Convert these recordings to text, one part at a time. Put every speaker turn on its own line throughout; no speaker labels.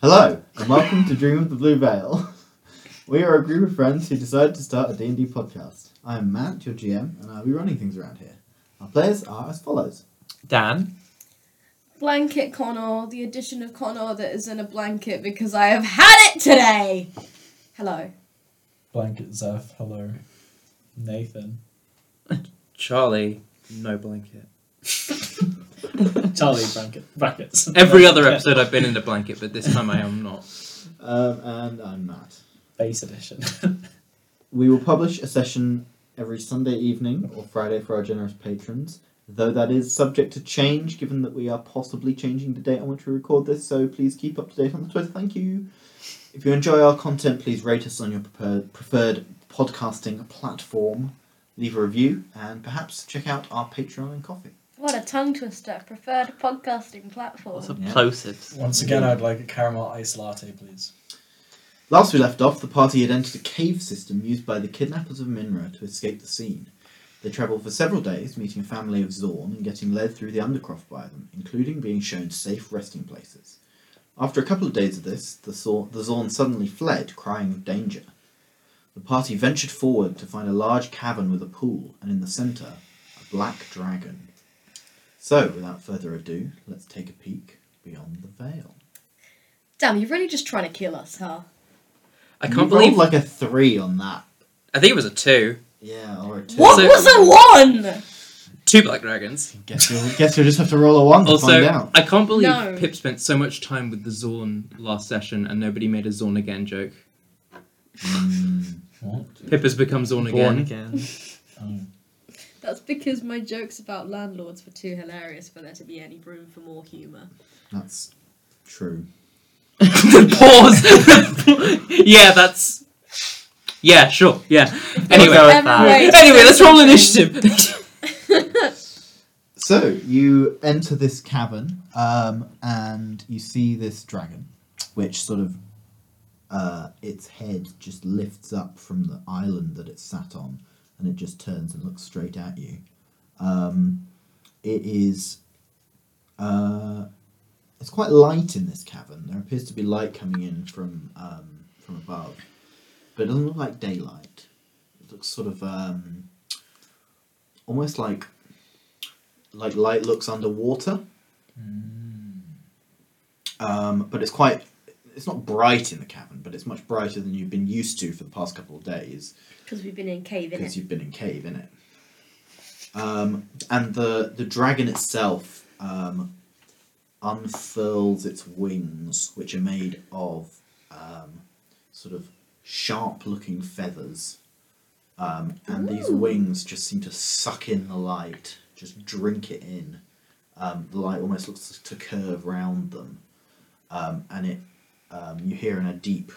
Hello, and welcome to Dream of the Blue Veil. We are a group of friends who decided to start a D&D podcast. I am Matt, your GM, and I'll be running things around here. Our players are as follows.
Dan.
Blanket Connor, the edition of Connor that is in a blanket because I have had it today. Hello.
Blanket Zeph, hello. Nathan.
Charlie, no blanket.
Charlie Blanket. Brackets.
Every other episode I've been in a blanket, but this time I am not.
Um, and I'm Matt.
Base edition.
We will publish a session every Sunday evening or Friday for our generous patrons, though that is subject to change given that we are possibly changing the date on which we record this, so please keep up to date on the Twitter. Thank you. If you enjoy our content, please rate us on your prepared, preferred podcasting platform, leave a review, and perhaps check out our Patreon and coffee.
What a tongue twister. Preferred podcasting platform.
Lots of
Yeah.
plosives.
Once again, I'd like a caramel ice latte, please.
Last we left off, the party had entered a cave system used by the kidnappers of Minra to escape the scene. They travelled for several days, meeting a family of Zorn and getting led through the undercroft by them, including being shown safe resting places. After a couple of days of this, the, Zor- the Zorn suddenly fled, crying of danger. The party ventured forward to find a large cavern with a pool, and in the centre, a black dragon. So, without further ado, let's take a peek beyond the veil.
Damn, you're really just trying to kill us, huh?
I
You
can't
rolled
believe.
like a three on that.
I think it was a two.
Yeah, or a two.
What
So-
was a one?
Two black dragons.
Guess you'll, guess you'll just have to roll a one to find
Also,
out.
I can't believe
No.
Pip spent so much time with the Zorn last session and nobody made a Zorn again joke.
Mm,
What?
Pip has become Zorn again.
Oh.
That's because my jokes about landlords were too hilarious for there to be any room for more humour.
That's true.
the pause. yeah, that's. Yeah, sure. Yeah. Anyway,
Go with that. Every way to
anyway, let's roll
something.
initiative.
So you enter this cavern, um, and you see this dragon, which sort of uh, its head just lifts up from the island that it sat on, and it just turns and looks straight at you. Um, it is. Uh, it's quite light in this cavern. There appears to be light coming in from um, from above, but it doesn't look like daylight. It looks sort of um, almost like like light looks underwater. Um, but it's quite it's not bright in the cavern, but it's much brighter than you've been used to for the past couple of days
Because we've been in cave in
because
it.
you've been in cave in it. Um, and the the dragon itself um, unfurls its wings, which are made of um, sort of sharp looking feathers. Um, and these
Ooh.
wings just seem to suck in the light, just drink it in. Um, the light almost looks to curve round them, um, and it um, you hear in a deep,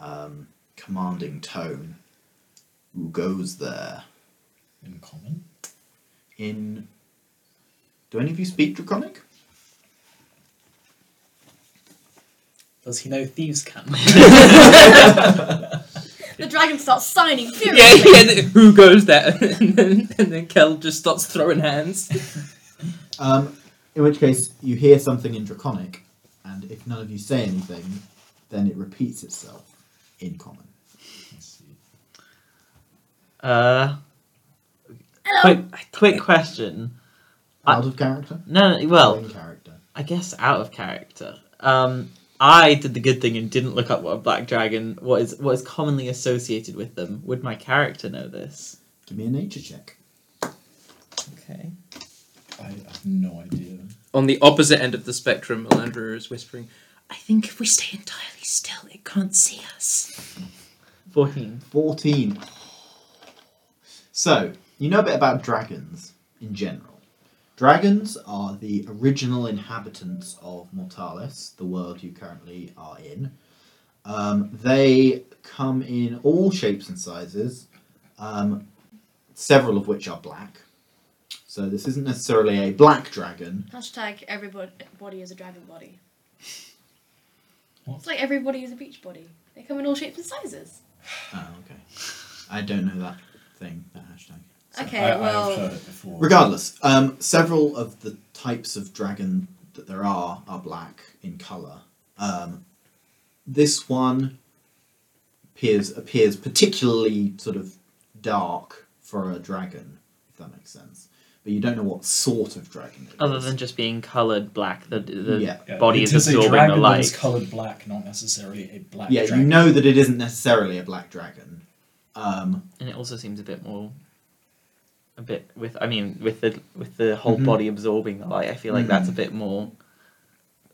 um, commanding tone, who goes there
In common?
in do any of you speak draconic
Does he know thieves can?
The dragon starts signing
yeah,
furiously.
yeah. th- Who goes there? and, then, and then Kel just starts throwing hands.
um, in which case you hear something in draconic and if none of you say anything then it repeats itself in common
Uh,
Hello.
quick, quick question. I-
out of character
No, no,
or
well,
in character
I guess out of character. Um, I did the good thing and didn't look up what a black dragon what is what is commonly associated with them. Would my character know this?
give me a nature check
Okay.
I have no idea.
On the opposite end of the spectrum, Elandra is whispering, I think if we stay entirely still, it can't see us.
Fourteen.
14 so you know a bit about dragons in general dragons are the original inhabitants of mortalis the world you currently are in Um, they come in all shapes and sizes, um, several of which are black. So this isn't necessarily a black dragon.
Hashtag everybody body is a dragon body.
What?
It's like everybody is a beach body. They come in all shapes and sizes.
Oh, okay. I don't know that thing, that hashtag.
okay,
I,
well.
I've heard it before.
Regardless, um, several of the types of dragon that there are are black in colour. Um, this one appears appears particularly sort of dark for a dragon, if that makes sense. But you don't know what sort of dragon it is.
Other than just being coloured black, the, the
yeah,
Yeah,
body
it
is
is a
absorbing the
dragon that is
light.
coloured black, not necessarily a black
yeah,
dragon.
you know that it isn't necessarily a black dragon. Um,
and it also seems a bit more a bit with I mean with the with the whole
Mhm.
body absorbing the light I feel like
Mhm.
that's a bit more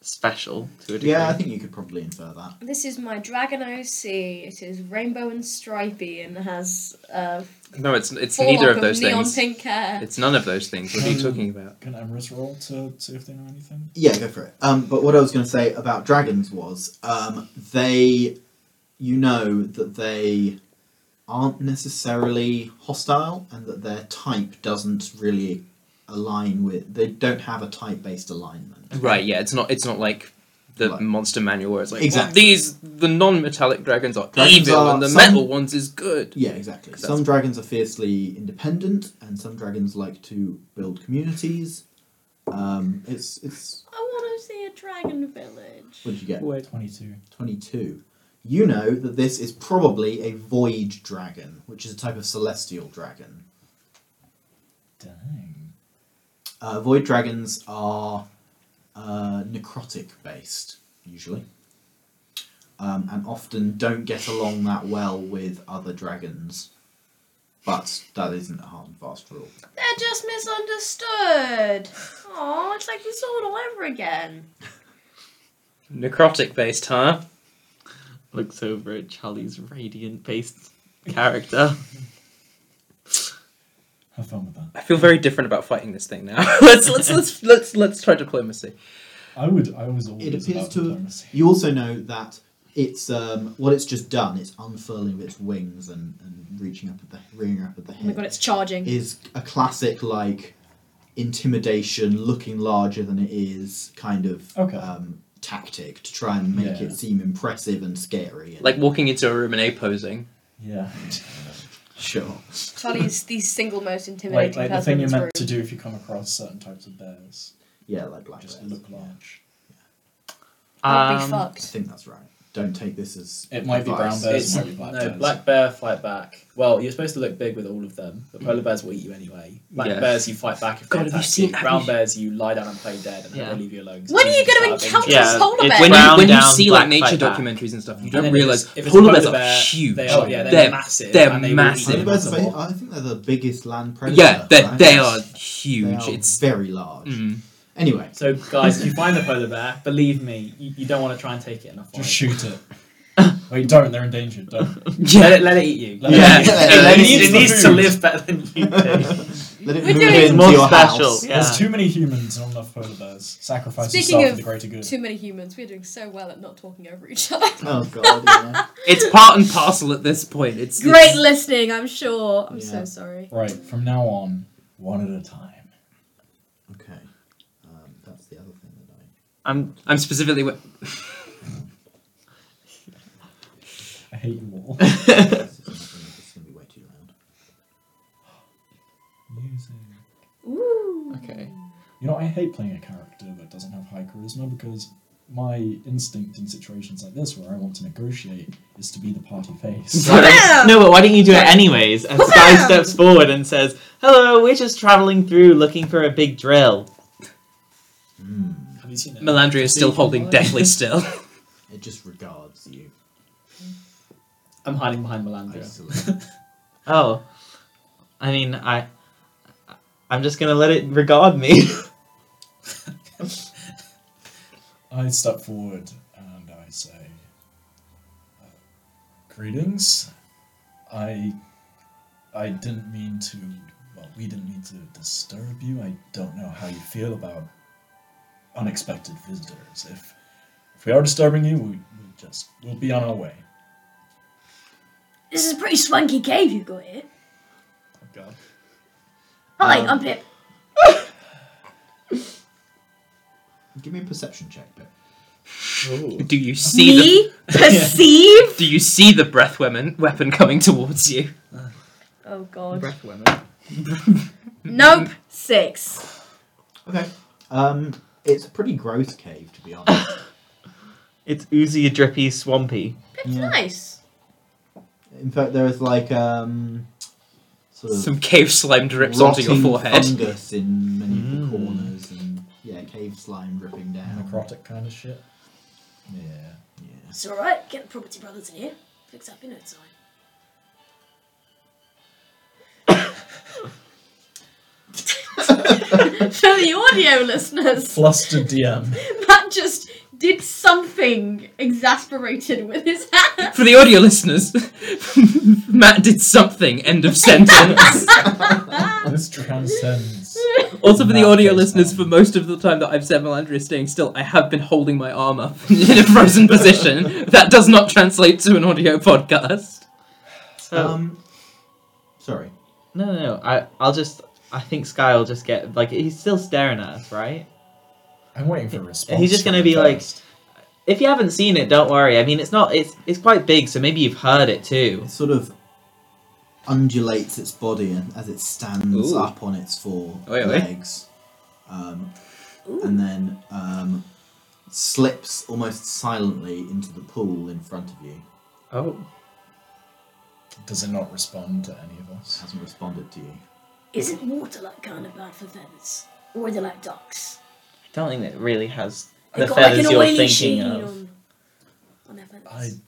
special to a degree
yeah, I think you could probably infer that.
This is my Dragon OC. It is rainbow and stripy and has uh,
No, it's it's
forelock
neither of
of
those
neon
things.
pink hair.
It's none of those things. What are you
Um,
talking about?
Can Emrys roll to see if they know anything?
Yeah, go for it. Um, but what I was going to say about dragons was um, they, you know, that they aren't necessarily hostile and that their type doesn't really align with. They don't have a type based alignment.
Right, yeah, it's not it's not like the
Right.
monster manual where it's like
Exactly.
these the non-metallic dragons are
Dragons
evil
are
and the
some-
metal ones is good.
Yeah, exactly.
That's-
Some dragons are fiercely independent, and some dragons like to build communities. Um, it's it's.
I want to see a dragon village.
What did you get?
Wait, twenty-two.
22. You know that this is probably a void dragon, which is a type of celestial dragon.
Dang.
Uh, void dragons are uh, necrotic based, usually, um, and often don't get along that well with other dragons. But that isn't a hard and fast rule.
They're just misunderstood. Oh, it's like this all over again.
Necrotic based, huh?
looks over at Charlie's radiant based character
Have fun with that.
I feel very different about fighting this thing now. let's let's let's let's let's try diplomacy.
I would. I was always
appears
about
to have-
diplomacy.
You also know that it's um, what it's just done. It's unfurling of its wings and, and reaching up at the rearing up at the head.
Oh my god, it's charging.
is a classic like intimidation, looking larger than it is, kind of
Okay.
um, tactic to try and make
Yeah.
it seem impressive and scary. And
Like walking into a room and a posing.
Yeah.
sure,
Charlie's the single most
like
intimidating
like the
person
thing
in
you're
this
meant
room.
to do if you come across certain types of bears.
yeah, like black
Just
bears.
look large.
I'd be
Um,
I
fucked.
think that's right. Don't take this as
It might be brown
advice.
bears.
It's,
might be black
no,
bears.
black bear fight back. Well, you're supposed to look big with all of them, but polar bears will eat you anyway. Black
Mm. Yeah.
bears, you fight back if
God,
they
have you
attack
seen-
you.
have
Brown
you-
bears, you lie down and play dead, and then
Yeah.
they leave you alone. 'cause
When are you
just
gonna
out of
encounter
interest.
Yeah,
polar
it-
bears?
When you
Brown
when you
down,
see like
black
nature
fight back.
documentaries and stuff, you
And
don't
then
realize
if it's- if it's
polar
polar
bears
bear,
are huge.
They are, yeah, they're,
They're-
massive.
they're
and they will eat
massive.
Polar bears are
you.
ba- I think they're the biggest land predator.
yeah, they're,
right?
they are
They
huge.
are
it's
very large.
mm.
Anyway,
So, guys, if you find the polar bear, believe me, you, you don't want to try and take it enough.
Just shoot it. Wait, don't. They're endangered. Don't.
Let it, let it eat you. Let
Yeah.
it, eat you.
Yeah.
it,
Let it
needs,
eat
it
the
needs to
food.
live better than you do.
let it
We're
move
doing- It's
into
more
your
special,
house.
yeah.
There's too many humans and not enough polar bears. Sacrifice
Speaking
yourself
of
for the greater good.
Too many humans. We're doing so well at not talking over each other.
Oh god, yeah.
it's part and parcel at this point. It's
Great
it's-
listening, I'm sure. I'm
Yeah.
so sorry.
Right. From now on, one at a time.
okay, um, that's the other thing that I.
I'm
I'm specifically wi-
I hate you all.
this is going to be way too loud.
Music.
Ooh.
okay
You know, I hate playing a character that doesn't have high charisma because my instinct in situations like this, where I want to negotiate, is to be the party face.
Why don't- no but why don't you do it anyways and Sky
Bam!
steps forward and says hello we're just travelling through looking for a big drill
Have you seen it?
Melandria is still holding deathly still.
It just regards you.
I'm hiding behind Melandra.
Excellent.
oh I mean I I'm just gonna let it regard me
I step forward and I say, uh, "Greetings. I, I didn't mean to. Well, we didn't mean to disturb you. I don't know how you feel about unexpected visitors. If, if we are disturbing you, we, we'll just we'll be on our way.
This is a pretty swanky cave you've got here.
Oh, God.
Hi,
Um,
I'm Pip.
Give me a perception check, Pip.
Do you see the
Me? Perceive?
Do you see the breath weapon weapon coming towards you?
Oh god.
Breath weapon.
Nope. Six.
Okay. Um, it's a pretty gross cave, to be honest.
It's oozy, drippy, swampy.
That's
Yeah.
nice.
In fact, there is like um, sort of
Some cave slime drips onto
rotting
your forehead.
fungus in many of
Mm.
the corners, and yeah, cave slime dripping down.
Necrotic kind of shit.
Yeah, yeah.
It's alright, get the property brothers in here. Fix up in no time.
For the audio listeners,
Flustered DM.
Matt just did something exasperated with his hand.
For the audio listeners, Matt did something. End of sentence.
this transcends.
also, for the
Matt
audio
goes
listeners, for
down.
most of the time that I've said Melandria is staying still, I have been holding my arm up in a frozen position. That does not translate to an audio podcast.
So
Oh.
Um, sorry.
no, no, no. I, I'll just. I think Sky will just get like he's still staring at us, right?
I'm waiting for a response.
he's just
from
gonna
him
be like-
first.
If you haven't seen it, don't worry. I mean, it's not. It's it's quite big, so maybe you've heard it too.
It sort of undulates its body and as it stands
Ooh.
up on its four
Oi, oi.
legs, um, and then um, slips almost silently into the pool in front of you.
Oh,
Does it not respond to any of us?
Hasn't responded to you.
Isn't water like kind of bad for feathers? Or are they like ducks?
I don't think that really has
They
the
got like
feathers
an
you're
oily
thinking
sheen
of.
on, on their
I.
feathers.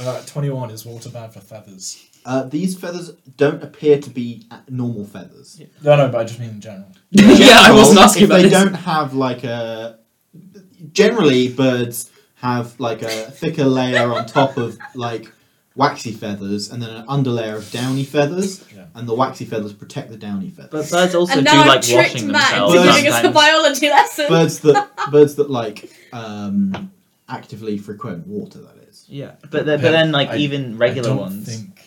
Uh, 21 is water bad for feathers.
Uh, these feathers don't appear to be uh, normal feathers.
No, no, but I just mean in general.
Yeah, I wasn't
Well,
asking
if
about
they
this.
don't have like a. Generally, birds have like a thicker layer on top of like waxy feathers, and then an underlayer of downy feathers,
Yeah.
and the waxy feathers protect the downy feathers.
But birds also
and
do
now
like
I've tricked
washing
Matt
themselves.
into giving us the
sometimes.
biology lesson.
birds that birds that like um, actively frequent water. That is.
yeah, but then, but
Yeah,
then like
I-
even regular
I don't
ones.
Think...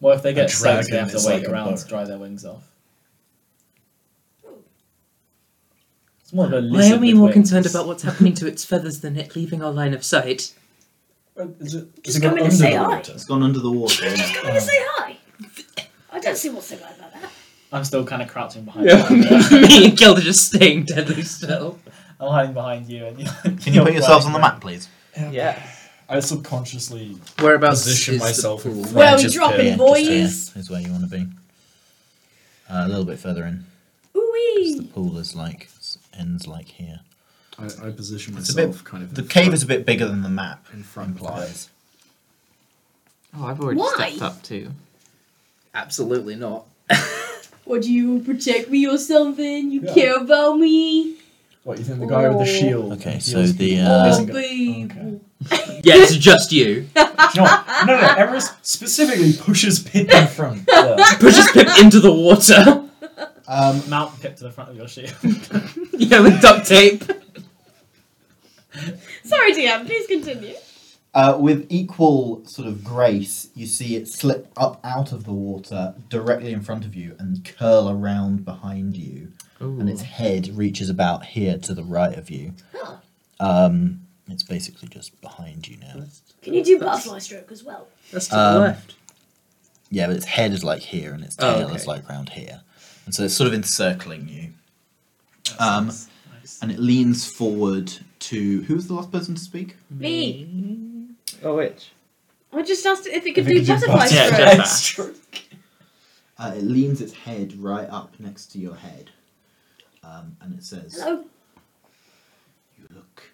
Well, if they
A
get sick, they
dragon
have to
is
wait
like a
around to
bird.
dry their wings off. It's more of a
Why are
lizard
we
with
more
wings.
concerned about what's happening to its feathers than it leaving our line of sight?
Uh, Is it,
Just
is it got
come in
under
and say
the
hi.
water?
It's gone under the water.
Just come in and say hi. I don't see what's so bad about that.
I'm still kind of crouching behind.
Yeah.
you.
Me and Gilda just staying deadly still.
I'm hiding behind you. And you're,
Can you put yourselves on the map, please?
Yeah,
I subconsciously
Whereabouts
position
is the
myself in
pool?
front.
Where are we
just
dropping
pit.
boys?
is where you want to be. Uh, a little bit further in.
Ooh-wee.
pool is like ends like here.
I, I position
It's a bit-
myself kind of.
The
in
cave
front.
is a bit bigger than the map
In front of
implies.
Oh, I've already
Why?
stepped up too.
Absolutely not.
Would you protect me or something? You
Yeah.
care about me?
What you think the guy with the
Oh.
shield?
Okay,
who
so
heals
the,
people
uh,
Oh,
isn't go-
babe.
Okay.
Yeah, it's just you.
Do you know what? no, no, Everest specifically pushes Pip in front.
Yeah.
Pushes Pip into the water.
Um,
Mount Pip to the front of your shield.
Yeah, with duct tape.
Sorry, DM. Please continue.
Uh, with equal sort of grace, you see it slip up out of the water directly in front of you and curl around behind you, and its head reaches about here to the right of you.
Ah,
Huh.
Um, it's basically just behind you now.
Can you do butterfly stroke as well?
That's
to the Um, left. Yeah, but its head is like here, and its
Oh,
tail is
okay.
like round here, and so it's sort of encircling you. Um, and it leans forward to who was the last person to speak?
Me.
Oh, which?
I just asked if it could
If it
do
could do
butterfly
butterfly-
Yeah,
stroke.
just that.
Uh, it leans its head right up next to your head, um, and it says.
Hello?
You look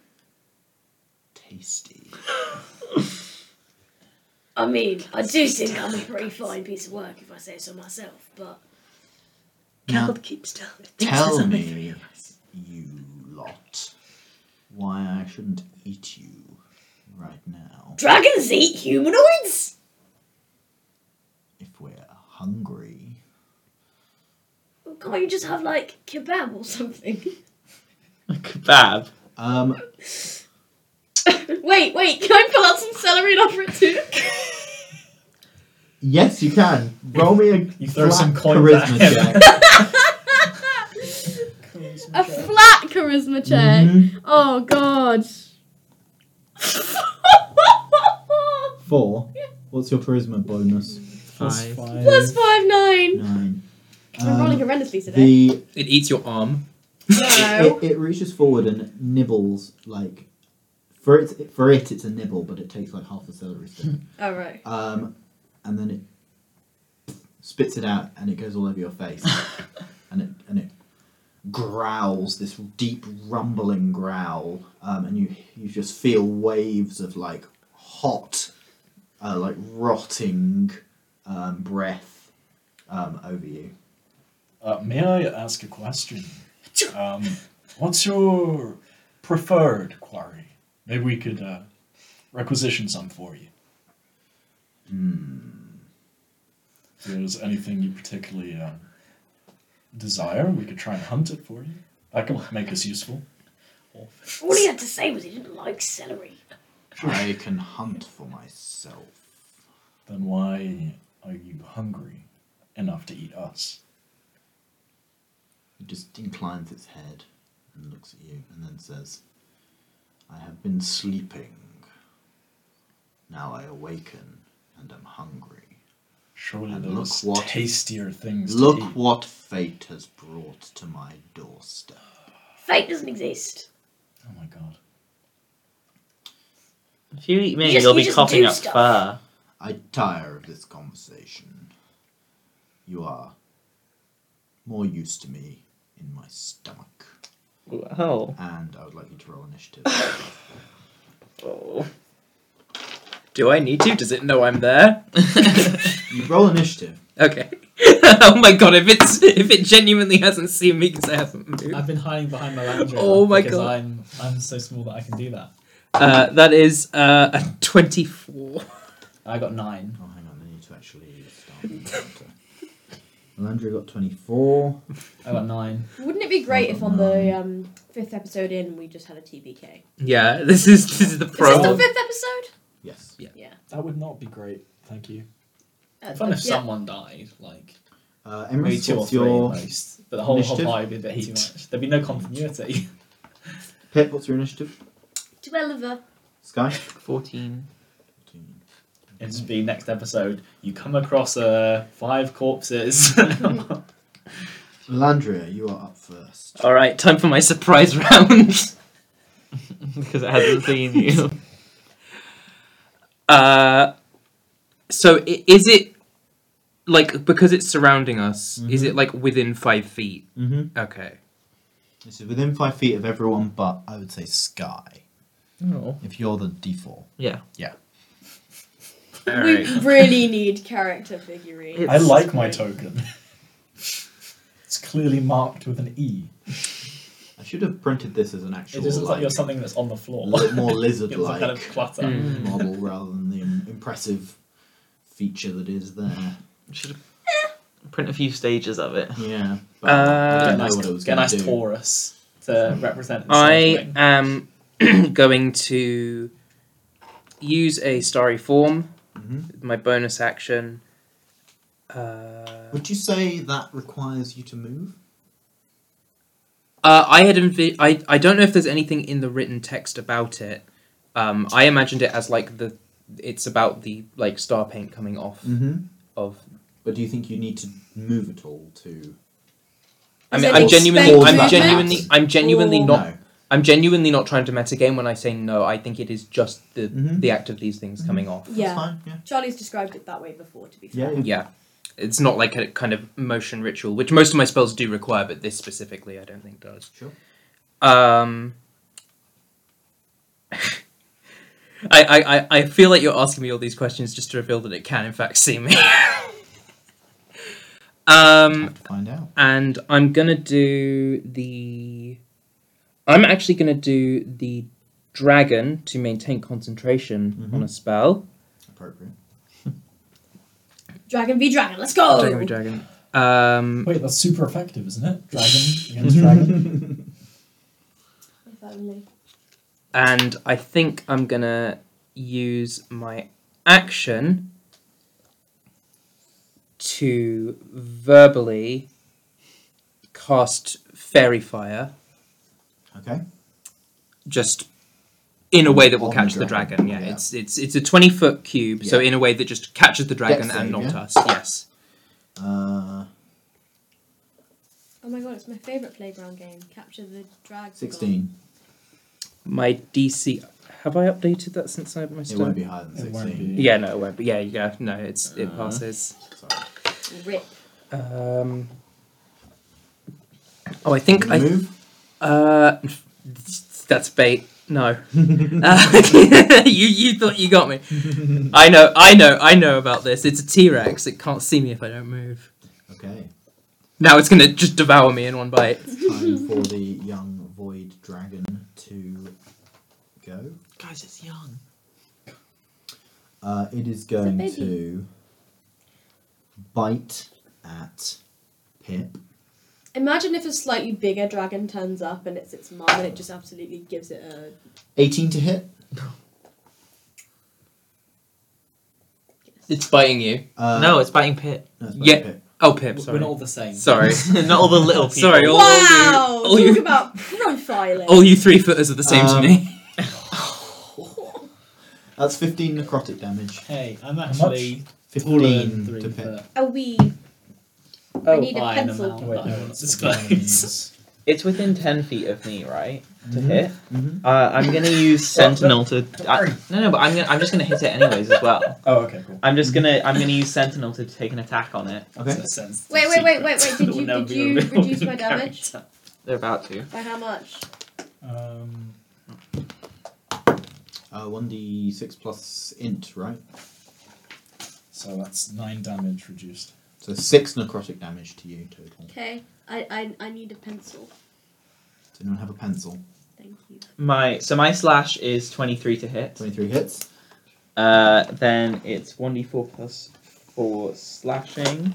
tasty.
I mean, I do think I'm a pretty fine piece of work if I say so myself, but
Now
keep still.
tell me, you lot, why I shouldn't eat you right now.
Dragons eat humanoids?
If we're hungry,
Well, Can't you just have like kebab or something?
A kebab.
um,
Wait, wait. Can I pull out some celery and offer it too?
yes, you can. Roll me a
You throw some
flat
coin
charisma
back.
check.
A flat charisma check.
Mhm.
Oh god.
Four. What's your charisma bonus?
Plus
Five.
five.
Plus five nine.
Nine.
I'm rolling
Um,
horrendously today.
the
It eats your arm.
No.
It, it reaches forward and nibbles like for it for it it's a nibble, but it takes like half a celery stick.
All right.
Um, and then it spits it out, and it goes all over your face, and it and it growls this deep rumbling growl, um, and you you just feel waves of like hot, uh, like rotting um, breath um, over you.
Uh, may I ask a question? Um, what's your preferred quarry? Maybe we could uh, requisition some for you.
Hmm.
If there's anything you particularly uh, desire, we could try and hunt it for you. That can make us useful.
All he had to say was he didn't like celery.
I can hunt for myself.
Then why are you hungry enough to eat us?
It just inclines its head and looks at you and then says, I have been sleeping. Now I awaken and am hungry.
Surely
And look
there's
what-
tastier things
Look
to eat.
what fate has brought to my doorstep.
Fate doesn't exist.
Oh my god.
If you eat me,
You just-
you'll
you
be
just
coughing
do
up
stuff.
fur.
I tire of this conversation. You are more used to me in my stomach.
Wow.
And I would like you to roll initiative.
Oh.
Do I need to? Does it know I'm there?
you roll initiative.
Okay. oh my god, if it's if it genuinely hasn't seen me because I haven't moved.
I've been hiding behind my lounger
Oh my
because
God.
I'm I'm so small that I can do that.
Uh, that is uh, a 24.
I got nine.
Oh, hang on, I need to actually start the counter. Melandra got 24.
I got nine.
Wouldn't it be great if on the um, fifth episode in we just had a TBK?
Yeah, this is this is the
Is this
pro.
the fifth episode?
Yes.
That would not be great. Thank you.
Uh,
Fun if
yeah.
someone died, like
Uh,
maybe
Emrys,
two or
what's
three
your
at most. But the whole whole
initiative?
vibe would be a bit too much. There'd be no continuity.
Pip, what's your initiative?
Twelver.
Sky?
14.
It'd just be next episode. You come across uh, five corpses.
Melandria, you are up first.
Alright, time for my surprise round.
because it hasn't seen you.
Uh, so i- is it like because it's surrounding us? Is it like within five feet?
Mm-hmm.
Okay.
This is within five feet of everyone, but I would say Sky.
Oh.
If you're the D4.
Yeah.
We really need character figurines.
I
It's-
like my token. it's clearly marked with an E.
I should have printed this as an actual
it just looks like
like,
you're something that's on the floor.
li- more
It's some
lizard-like
kind of clutter.
Hmm.
Mm.
model rather than the im- impressive feature that is there.
Should print a few stages of it.
Yeah. I
Uh,
Get a
didn't know
nice,
what it was
get a
gonna
nice
do. Hmm.
Taurus to represent. the
I
something.
am going to use a starry form,
Mhm.
my bonus action. Uh,
Would you say that requires you to move?
uh, I had envi- I I don't know if there's anything in the written text about it. Um, I imagined it as like the it's about the like star paint coming off
Mm-hmm.
of.
But do you think you need to move at all to?
I
Is
mean,
it
I'm genuinely,
expect
I'm
movement?
genuinely, I'm genuinely
Or-
not, I'm genuinely not trying to metagame when I say no. I think it is just the
Mhm.
the act of these things coming off.
That's
Yeah.
fine. Yeah.
Charlie's described it that way before, to be
Yeah.
fair.
yeah.
Yeah. It's not like a kind of motion ritual, which most of my spells do require, but this specifically I don't think does.
Sure.
Um I, I, I- I feel like you're asking me all these questions just to reveal that it can in fact see me. um
Have to find out.
and I'm gonna do the I'm actually gonna do the dragon to maintain concentration on a spell.
Appropriate.
Dragon v Dragon, let's go!
Dragon be dragon. Um
Wait, that's super effective, isn't it? Dragon against dragon.
If only.
and I think I'm gonna use my action to verbally cast fairy fire,
Okay.
just in a way that will
On the
catch the
dragon,
dragon. Yeah,
yeah.
it's it's it's a twenty foot cube, so
Yeah.
in a way that just catches the dragon
Dex
and
save,
not
yeah?
us. Yes.
Uh,
Oh my god, it's my favourite playground game. Capture the dragon.
16.
My DC. Have I updated that since I my
It won't
start?
be higher than
It won't
16.
be.
Yeah, no, it won't. But yeah, yeah, no, it's it
Uh.
passes.
Sorry.
Rip.
Um, oh, I think
Can
I.
you move?
Uh, that's bait. No. Uh, you you thought you got me. I know I know I know about this. It's a T Rex. It can't see me if I don't move.
Okay.
Now it's gonna just devour me in one bite.
Time for the young void dragon to go.
Guys, it's young.
Uh, it is going
baby.
to bite at Pip.
Imagine if a slightly bigger dragon turns up and it's its mum and it just absolutely gives it a
18 to hit.
It's biting you.
Uh,
no, it's biting Pip.
no, it's
yeah.
Pip.
Oh, Pip. Sorry.
We're not all the same.
Sorry.
Not all the little people.
Sorry, all-
Wow!
all you- all
Talk
you-
about profiling.
All you three footers are the same
Um,
to me.
That's 15 necrotic damage.
Hey, I'm
much?
actually taller than
15
three
to Pip.
foot.
a wee. I
Oh,
need a
I am a
pencil.
mouth.
Wait, no,
That's
it's
close.
close.
It's within ten feet of me, right? To
Mhm.
hit.
Mhm.
Uh, I'm gonna use Mm-hmm. Sentinel to. I, no, no, but I'm gonna, I'm just gonna hit it anyways as well.
Oh, okay, cool.
I'm just gonna I'm gonna use Sentinel to take an attack on it.
Okay.
That's a sensitive
Wait, wait, wait, wait, wait,
secret
did
that will
you-
never
did
be
you
revealed
reduce
in
my damage?
character.
They're about to.
By how much?
Um,
Uh, 1d6 plus int, right?
so that's nine damage reduced.
So 6 necrotic damage to you total.
Okay. I, I I need a pencil.
Does anyone have a pencil?
Thank you.
My so my slash is twenty three to hit.
23 hits.
Uh, then it's one d four plus four slashing,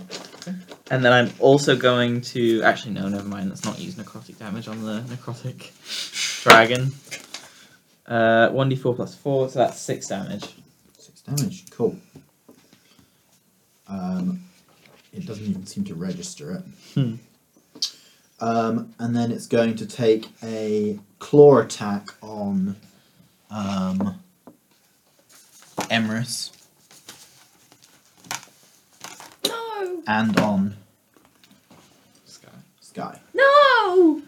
and then I'm also going to actually no, never mind. Let's not use necrotic damage on the necrotic dragon. Uh, one d four plus four, so that's six damage.
6 damage. Cool. Um, it doesn't even seem to register it.
Hmm.
Um, and then it's going to take a claw attack on um, Emerus
No!
and on
Sky.
Sky.
No!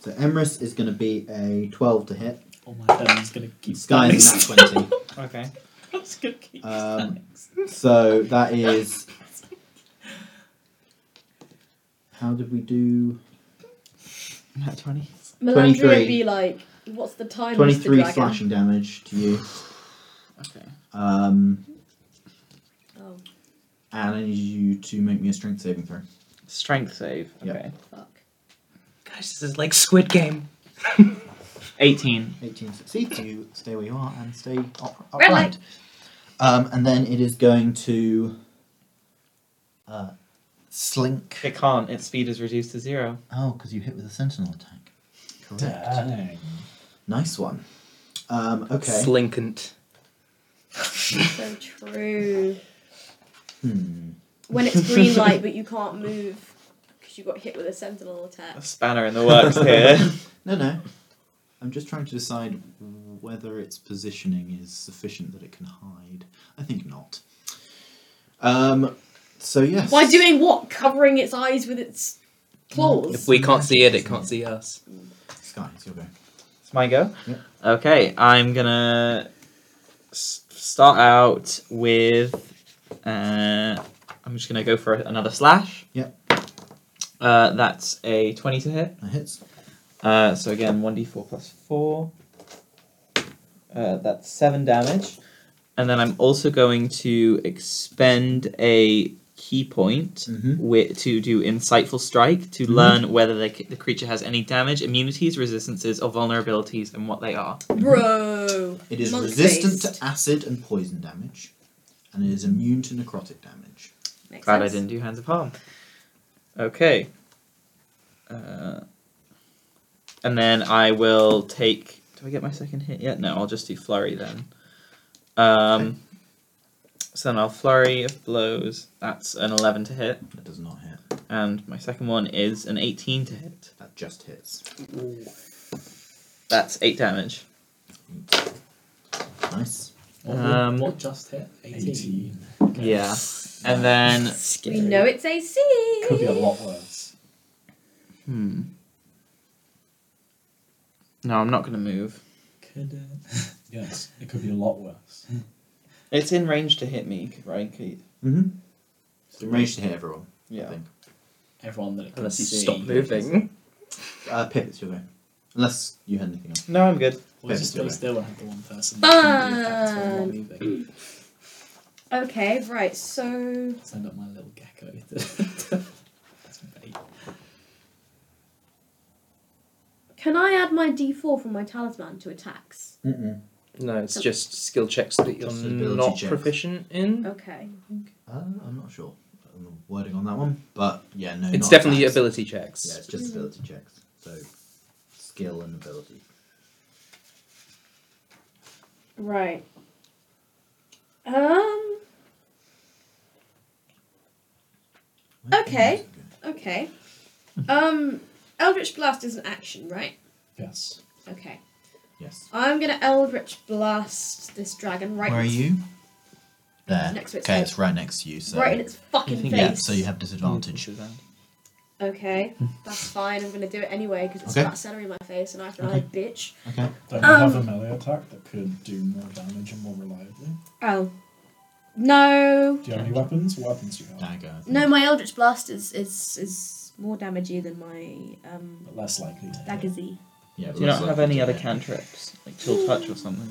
So Emerus is going to be a 12 to hit.
Oh my god, I'm just gonna keep
Sky is
stunning.
a nat 20.
Okay.
I'm just gonna keep
Um,
stunning.
So that is. How did we do?
Nat twenty.
Melandria would
23.
be like, what's the time? Mr.
23
Dragon?
slashing damage to you.
Okay.
Um,
Oh,
and I need you to make me a strength saving throw.
Strength save.
Yeah.
Okay.
fuck.
Guys, this is like Squid Game.
Eighteen.
18 succeeds, you stay where you are and stay up,
Red
upright. Um, and then it is going to uh, slink.
It can't. Its speed is reduced to zero.
Oh, because you hit with a sentinel attack. Correct.
Dang.
Nice one. Um, okay.
Slinkant.
So true.
hmm.
When it's green light but you can't move because you got hit with a sentinel attack.
A spanner in the works here.
No, no. I'm just trying to decide whether its positioning is sufficient that it can hide. I think not. Um, so yes.
By doing what? Covering its eyes with its claws?
If we can't see it, it can't see us.
Sky, it's your go.
It's my go.
Yeah.
Okay, I'm gonna s- start out with. Uh, I'm just gonna go for a- another slash.
Yeah.
Uh, that's a twenty to hit.
That hits.
Uh, so again, one d four plus four. Uh, that's seven damage, and then I'm also going to expend a key point
Mm-hmm.
wi- to do insightful strike to learn whether the, c- the creature has any damage, immunities, resistances, or vulnerabilities, and what they are.
Bro!
It is
Monk
resistant
based.
to acid and poison damage, and it is immune to necrotic damage.
Makes
Glad I
sense.
didn't do hands of harm. Okay. Uh, and then I will take. Do I get my second hit yet? No, I'll just do flurry then. Um, so then I'll flurry of blows. That's an eleven to hit,
That does not hit.
and my second one is an eighteen to hit.
That just hits.
That's eight damage.
Nice.
What,
um,
what just hit? 18.
18.
Yeah. And then
We know it's AC!
Could be a lot worse.
Hmm. No, I'm not going to move.
Could it? yes, it could be a lot worse.
It's in range to hit me, right, Keith?
Mm-hmm. It's in range to hit everyone, I think.
Everyone that it can
Unless you
see.
stop
Moving.
Uh, Pip, it's your go. Unless you had anything else.
No, I'm good.
Or just
Yeah.
they still have the one person that can be attacked while
Fun.
moving.
Okay, right, so.
Send up my little gecko. to- That's my bait.
Can I add my d4 from my talisman to attacks?
Mm-mm.
No, it's just skill checks that you're
Just ability
not
checks.
proficient in.
Okay.
Uh, I'm not sure on the wording on that one, but yeah, no.
It's
not
definitely
attacks.
ability checks.
Yeah, it's just ability checks. So skill and ability.
Right. Um. Okay. Okay. Um. Eldritch Blast is an action, right?
Yes.
Okay.
Yes.
I'm gonna Eldritch Blast this dragon right.
Where are
in its-
you? There.
Next to its
okay,
head.
it's right next to you. So
Right in its fucking face.
yeah, so you have disadvantage.
Okay, that's fine. I'm gonna do it anyway because it's
Okay.
got celery in my face and I feel
Okay.
like a bitch.
Okay.
Don't you have a melee attack that could do more damage and more reliably?
Oh. No.
Do you have any weapons? What weapons do you have?
Dagger. I think.
No, my Eldritch Blast is is is more damagey than my um
But less likely to hit.
Dagazy.
Yeah,
Do you not
looks
have
like
any
you
other
do.
cantrips? Like Chill Touch or something?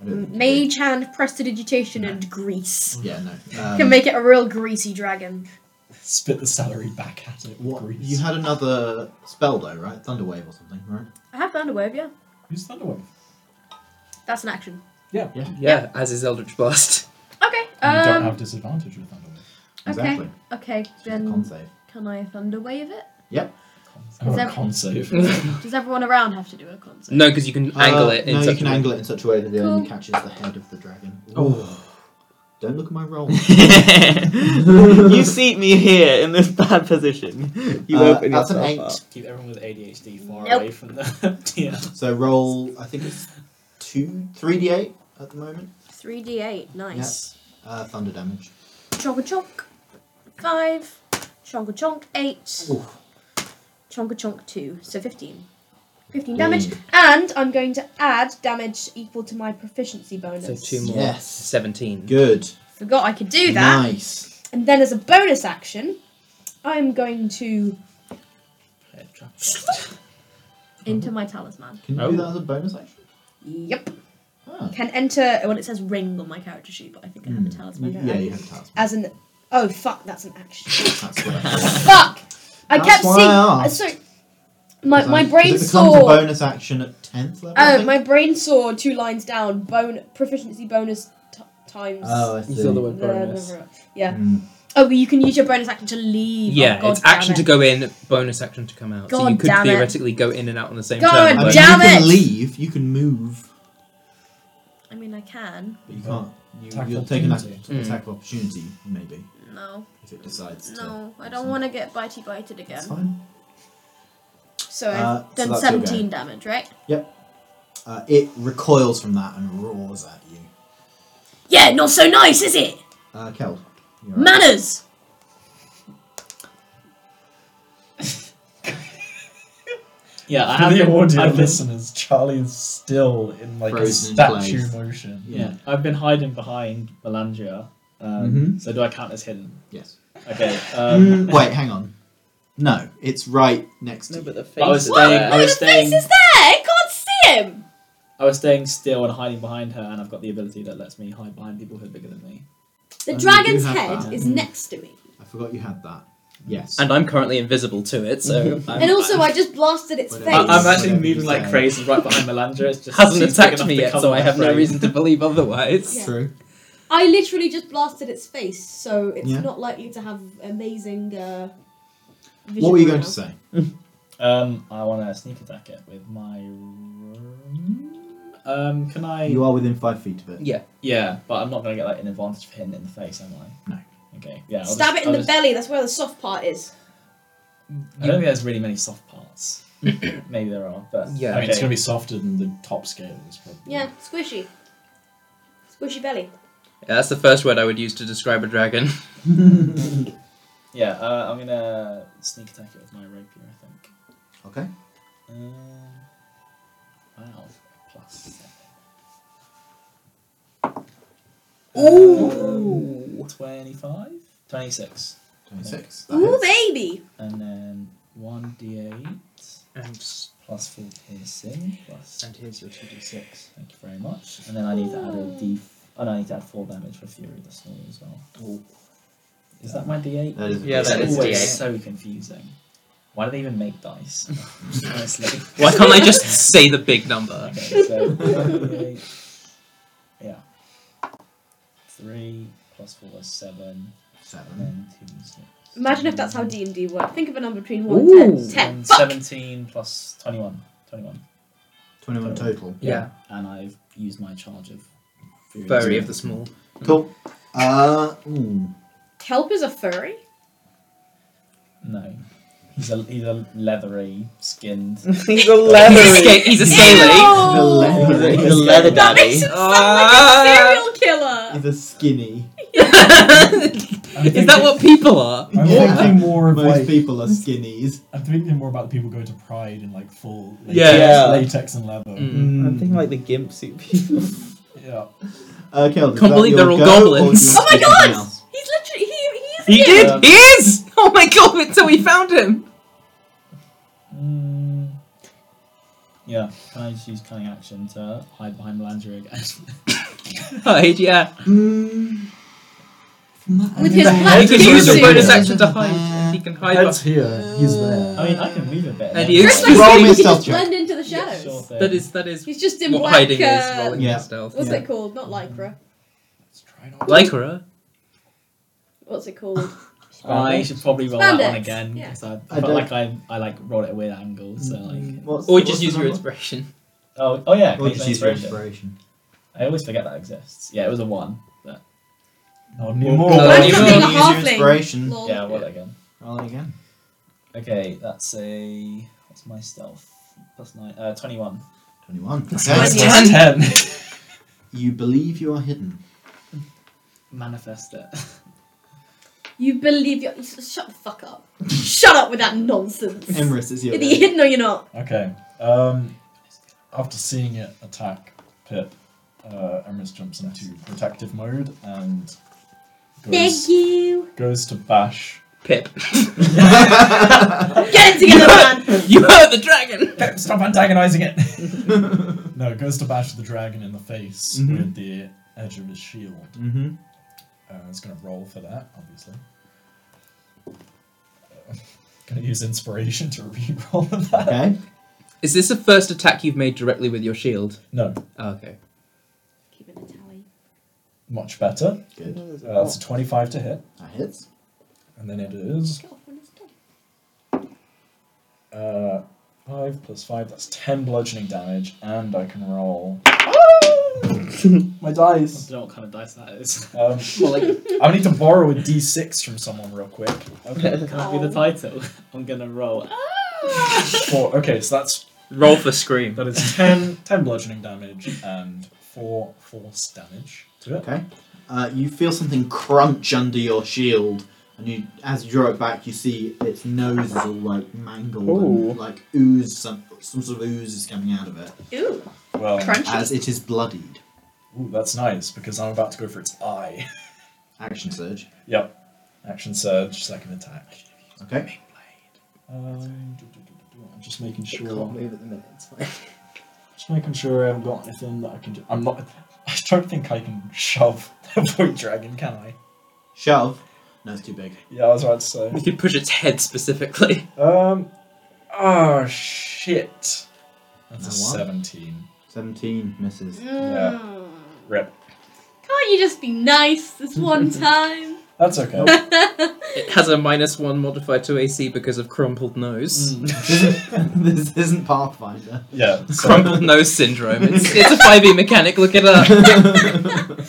I don't think you do.
Mage Hand, Prestidigitation, and Grease.
Yeah, no. Um,
Can make it a real greasy dragon.
Spit the salary back at it. with
what,
grease.
you had another spell though, right? Thunderwave or something, right?
I have Thunderwave, yeah.
Who's Thunderwave?
That's an action.
Yeah, as is Eldritch Blast.
Okay.
you don't
Um,
have disadvantage with Thunderwave.
Okay.
Exactly.
okay,
So you con
then
save.
can I Thunderwave it?
Oh,
that-
con save.
Does everyone around have to do a con save?
No, because you can angle
Uh,
it. In
No,
such
you can
a way.
angle it in such a way that it only
Cool.
catches the head of the dragon.
Oh.
Don't look at my roll.
you seat me here in this bad position. You
Uh,
open
that's an
yourself
eight.
up.
Keep everyone with ADHD far
Nope.
away from the yeah.
So roll. I think it's two, three d eight at the moment.
3d8, nice.
Uh, thunder damage.
Chonka chonk. 5. Chonka chonk. 8.
Ooh.
Chonka chonk 2. So 15. 15 damage.
Ooh.
And I'm going to add damage equal to my proficiency bonus.
So two more.
Yes.
Seventeen.
Good.
Forgot I could do that.
Nice.
And then as a bonus action, I'm going to into my talisman.
Can you
Oh.
do that as a bonus action?
Yep.
Ah.
Can enter well it says ring on my character sheet, but I think I have a
Mm.
talisman.
You-
don't
yeah,
I?
you have talisman.
As an oh fuck, that's an action.
That's what I thought.
fuck! I
That's
kept
why
seeing
I asked.
so my,
So
my
it
brain
becomes
saw
a bonus action at tenth level. I
Oh,
think?
my brain saw two lines down. Bone proficiency bonus t- times.
Oh, I
You
see.
saw the
the-
word bonus.
the- yeah.
Mm.
Oh, you can use your bonus action to leave.
Yeah,
Oh, God
it's action
damn
to
it.
go in, bonus action to come out. so
God
you could
damn it.
theoretically go in and out on the same
God
turn.
I mean,
but-
Damn
you can
it!
leave. You can move,
I mean, I can.
but you can't.
Attack
You, you'll take an act-
opportunity.
Mm.
attack of opportunity, maybe,
No,
if it decides to.
no, I don't want to get bitey bited
That's
again.
fine.
So I've
Uh, so
done
that's your go.
17 damage, right?
Uh, it recoils from that and roars at you.
Yeah, not so nice, is it?
Uh, Keld. you're up.
Manners!
Yeah, I
For
have
the
been,
audio
I've been,
listeners, Charlie is still in like
Frozen in
a statue
place.
motion.
yeah, I've been hiding behind Melandria. Um,
Mhm.
So do I count as hidden?
Yes.
Okay. Um,
Mm, wait, hang on. No, it's right next to
No, but the face
I was
is there.
staying. I was staying.
He's there! I can't see him!
I was staying still and hiding behind her, and I've got the ability that lets me hide behind people who are bigger than me.
The
Oh, you do
dragon's
have
head
that. Mm.
is next to me.
I forgot you had that. Yes.
And I'm currently invisible to it, so I'm,
And also, I just blasted its
Whatever.
face.
Thanks.
I, am actually
Whatever you
moving like
say.
crazy right behind Melandra. It's just
hasn't
she's big
attacked
enough
me
to
yet,
cover
so I
my
have no
frame.
reason to believe otherwise.
Yeah.
True.
I literally just blasted its face, so it's
Yeah.
not likely to have amazing. Uh, vision
What were you going
right now.
to say?
Um, I want to sneak attack it with my. Um, can I?
You are within five feet of it.
Yeah.
Yeah, but I'm not gonna get like an advantage for hitting it in the face, am I?
No.
Okay. Yeah. I'll
Stab
just-
it in
I'll
the
just-
belly. That's where the soft part is.
I don't think there's really many soft parts. Maybe there are, but
Yeah.
I mean, it's
okay.
going to be softer than the top scale. Is probably.
Yeah, squishy. Squishy belly.
Yeah, that's the first word I would use to describe a dragon.
Yeah, uh, I'm gonna sneak attack it with my rapier, I think.
Okay.
Um, Uh, wow, plus seven. Ooh! 25? 26.
26. That
Ooh,
hits.
baby.
And then 1d8
And
plus 4 piercing plus.
and here's your two d six.
Thank you very much. And then I need to add a d. Oh no, I need to add 4 damage for Fury the Snow as well.
Oh.
Is that my d8?
That is a
Yeah,
bit-
that
it's
is
always
D8.
so confusing. Why do they even make dice? Honestly.
Why can't I just say the big number?
Okay, so 1d8. yeah. Three plus four is seven, and
Seven.
then two is six.
Imagine if that's how D and D worked. Think of a number between one
Ooh.
and ten. Ten.
And
Fuck.
17 plus 21. 21.
21 total.
Yeah.
And I've used my charge of Fury.
Furry of the small.
Cool. Uh, ooh.
Kelp is a furry.
No. He's a, he's a leathery skinned.
He's a
He's a, sca- he's a scaly.
Ew.
The leather-
He's a leather
That
daddy.
makes him sound
Ah.
like a serial killer.
He's a skinny.
Is that what people are?
I'm
Yeah.
thinking more of
Most
like
people are skinnies.
I'm thinking more about the people who go to Pride in like full latex,
Yeah. Yeah.
latex and leather.
Mm.
I'm thinking like the gimp suit people.
Yeah.
Uh, Kel, is
Can't
that
believe
your
they're all
go, or do you
goblins.
want to
Oh my
do something
God!
else?
He's literally he, he
He
is. a
did.
Um,
he is. Oh my god! It's how we found him.
Mm. Yeah, can I just use cunning action to hide behind Melandria again?
Oh yeah.
Mm. From that
With
angle-
his black
You can use your
suit.
bonus action to hide. He can hide.
Head's
behind-
here, he's there.
I mean, I can move a bit.
And
then-
he is-
Chris, like,
Roll me a
he
stealth
just
check.
blend into the
Yeah,
shadows.
sure thing.
That is that is
He's just in
what
black.
hiding is.
uh,
Rolling
Yeah.
in stealth.
what's
Yeah.
it called? Not lycra.
Let's try not
Lycra.
What's it called?
I should probably roll that one
Spandex,
again
yeah.
because I,
I
I felt
don't-
like I, I like rolled it at a weird angle. So like,
What's-
Or
what's
just
the
use your
number?
inspiration.
oh oh yeah,
Or
creates
just
an
use your
inspiration.
inspiration.
I always forget that exists. Yeah, it was a one. But
Not anymore.
Oh,
I'm
you
just
will
being a
use your
halfling.
inspiration.
Lol.
yeah, I rolled it again.
Roll it again.
Okay, that's a what's my stealth plus nine uh twenty one.
21.
Nice.
Okay.
Yeah.
ten.
You believe you are hidden.
Manifest it.
You believe you're. you- Shut the fuck up. Shut up with that nonsense. You're
Emrys is your
either hidden or you're not.
Okay. Um, after seeing it attack Pip, uh, Emrys jumps into protective mode and
Thank
goes,
you.
goes to bash.
Pip.
Get it together, man.
You hurt the dragon.
Pip, stop antagonizing it! no, goes to bash the dragon in the face
Mhm.
with the edge of his shield.
mm-hmm.
Uh, it's going to roll for that, obviously. going to use inspiration to re-roll that.
Okay.
Is this the first attack you've made directly with your shield?
No,
Oh, okay.
Keeping a tally.
much better.
Good.
Uh, that's a 25 to hit.
That hits.
And then it is
Get off when it's done.
Uh, five plus five, that's ten bludgeoning damage, and I can roll. My
I
dice.
don't know what kind of dice that is.
Um, I need to borrow a d6 from someone real quick.
Oh
Okay, can't be the title. I'm gonna roll.
Four. Okay, so that's
Roll for scream.
that is ten, 10 bludgeoning damage and four force damage to it.
Okay. Uh, you feel something crunch under your shield, and you, as you draw it back, you see its nose is all like mangled, and,
Ooh.
like ooze. Some some sort of ooze is coming out of it
Ooh,
Well,
as
crunchy.
it is bloodied.
ooh, that's nice because I'm about to go for its eye.
Action surge.
Yep. Action surge, second attack.
Okay.
Um, do, do, do, do, do. I'm just making sure.
at the minute.
Just making sure I haven't got anything that I can do. I'm not. I don't think I can shove the void dragon, can I?
Shove. No, it's too big.
Yeah, I was about to say.
You could push its head specifically.
Um. Oh shit. That's a
Now what?
seventeen.
Seventeen misses.
Mm.
Yeah. Rip.
Can't you just be nice this one time?
That's okay.
It has a minus one modifier to AC because of crumpled nose.
this isn't Pathfinder.
yeah. So,
Crumpled nose syndrome. It's, it's a 5e mechanic, look it up.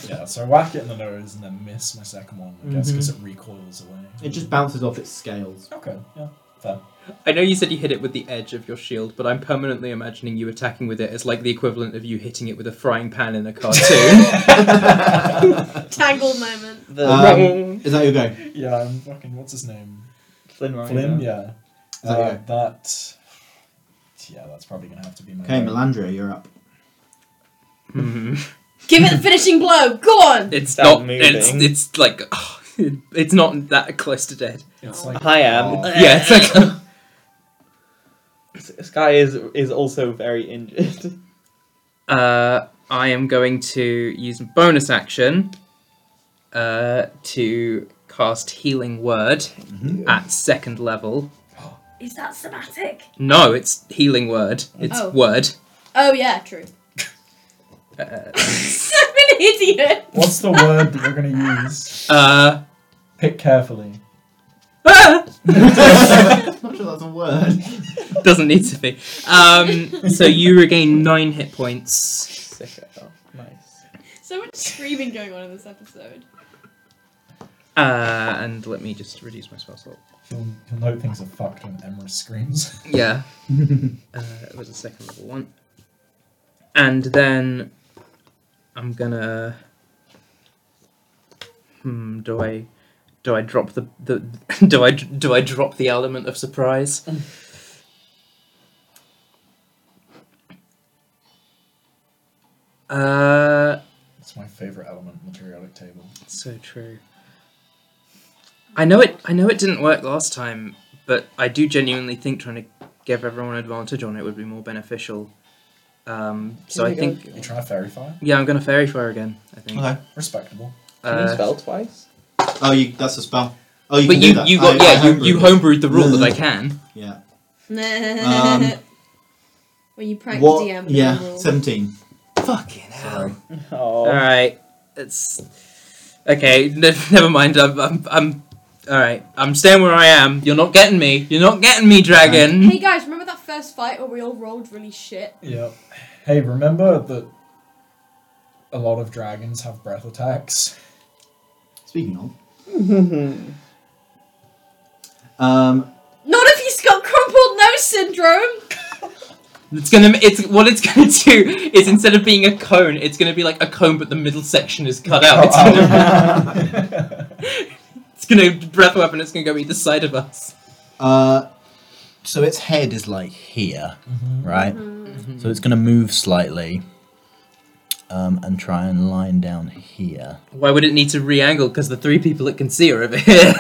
yeah. So I whack it in the nose and then miss my second one, I guess, because Mm-hmm. it recoils away.
It just bounces off its scales.
Okay. Yeah. Fair.
I know you said you hit it with the edge of your shield, but I'm permanently imagining you attacking with it as like the equivalent of you hitting it with a frying pan in a cartoon.
Tangled moment.
Uh,
The
Um, is that your go?
Yeah, I'm fucking. What's his name?
Flynn Rider.
Flynn. Oh, Yeah.
Is that
Uh,
you?
that. Yeah, that's probably gonna have to be my.
Okay,
vote.
Melandria, you're up.
Mhm.
Give it the finishing blow. Go on.
It's
Stop
not.
moving.
It's it's like it- it's not that close to dead.
It's like
I am. Uh,
Oh.
Yeah, it's like
This guy is is also very injured.
Uh, I am going to use bonus action uh, to cast Healing Word at second level.
Is that somatic?
No, it's Healing Word. It's
Oh.
Word.
Oh yeah, true.
Uh,
I'm an idiot.
What's the word that we're gonna use?
uh,
Pick carefully.
ah!
Not sure that's a word.
Doesn't need to be. Um, so you regain nine hit points.
Sick hell. Nice.
So much screaming going on in this episode.
Uh, and let me just reduce my spell slot.
You'll, you'll know things are fucked when Emma screams.
Yeah. uh, it was a second level one. And then I'm gonna. Hmm. Do I do I drop the, the do I do I drop the element of surprise? uh.
It's my favorite element in the periodic table.
So true. I know it. I know it didn't work last time, but I do genuinely think trying to give everyone advantage on it would be more beneficial. Um, so I think,
You trying to fairy fire?
yeah, I'm going to fairy fire again. I think.
Okay.
Respectable.
Can you
Uh,
spell twice?
Oh, you, that's a spell. Oh, you
but
can do
you,
that.
you
I-
got
I
yeah, you, you
homebrewed
homebrewed the rule that I
Mm.
can.
it. Yeah.
Um,
when you prank
What-
the DM. with
yeah,
the rule.
17.
Fucking hell!
Oh.
All right, it's okay. Ne- never mind. I'm, I'm, I'm all right. I'm staying where I am. You're not getting me. You're not getting me, dragon.
Hey guys, remember that first fight where we all rolled really shit?
Yep. Hey, remember that a lot of dragons have breath attacks.
Speaking of. Um,
Not if he's got crumpled nose syndrome.
It's gonna. It's what it's gonna do is instead of being a cone, it's gonna be like a cone, but the middle section is cut out. It's gonna, Oh. it's gonna breath weapon. It's gonna go either side of us.
uh, so its head is like here,
Mm-hmm.
right? So it's going to move slightly um, and try and line down here.
Why would it need to re-angle? Because the three people it can see are over here.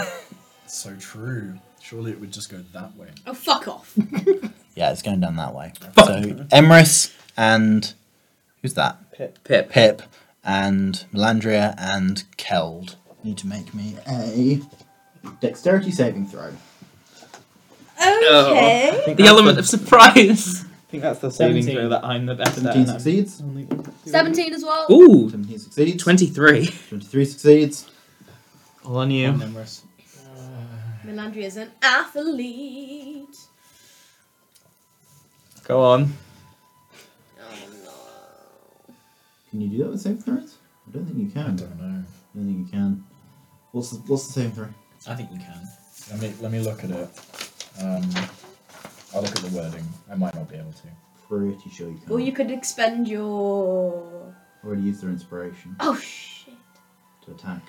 so true. Surely it would just go that way.
Oh fuck off.
Yeah, it's going down that way.
Fuck.
So Emrys and. Who's that?
Pip.
Pip and Melandria and Keld need to make me a dexterity saving throw.
Oh.
I
Okay.
think
The
that's
element of surprise.
I think that's the saving
17.
throw that I'm the best
17
at.
succeeds.
Seventeen as well.
Ooh,
17 succeeds.
twenty-three.
23 succeeds.
All on you.
Emrys.
Melandria is an athlete.
Go on.
Oh no.
Can you do that with saving throws? I don't think you
I
can. I
don't know.
don't think you can. What's the, what's the saving throw?
I think you can. Let me let me look at it. Um, I'll look at the wording. I might not be able to.
Pretty sure you can.
Well, you could expend your.
already used their inspiration
Oh shit.
to attack.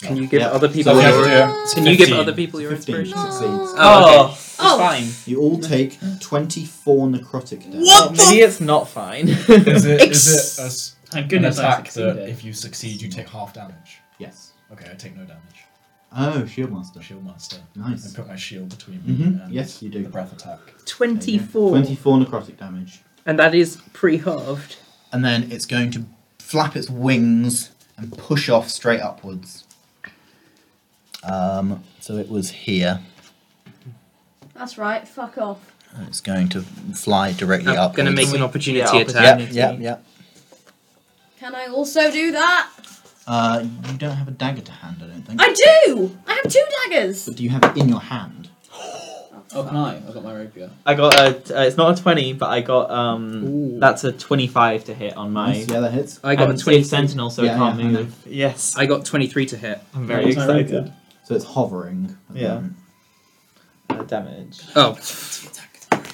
Can you give
Yeah.
other people?
So we have
your,
to
can
It's
you give
15.
other people your
15
inspiration?
succeeds.
Oh, okay.
It's
Oh.
fine.
You all take 24 necrotic damage.
Well, maybe it's not fine.
Is it is
Ex-
it a s-
Thank
an
goodness I
attack
succeeded.
that if you succeed you take half damage?
Yes.
Okay, I take no damage.
Oh, shield master.
Shield master. I
Nice.
put my shield between me
Mhm,
and
yes, you do.
the breath attack.
There you go.
Twenty-four,
24 necrotic damage.
and that is pre-halved.
and then it's going to flap its wings and push off straight upwards. Um, so it was here.
That's right. Fuck off.
and It's going to fly directly
I'm
up.
gonna make an opportunity attack.
Yep, yep, yep.
Can I also do that?
Uh, you don't have a dagger to hand, I don't think.
I do. I have two daggers.
But do you have it in your hand?
Oh, can I? I've got my rapier.
I got a. Uh, it's not a twenty, but I got um.
Ooh.
That's a twenty-five to hit on my.
Nice, Yeah, that hits.
I got
and
a
it's
twenty.
sentinel, so
Yeah,
it can't
yeah, I know.
move. Yes, I,
I got twenty-three to hit.
am
That
very
was my rapier.
excited.
So it's hovering. at the
Yeah.
moment.
uh, damage.
Oh,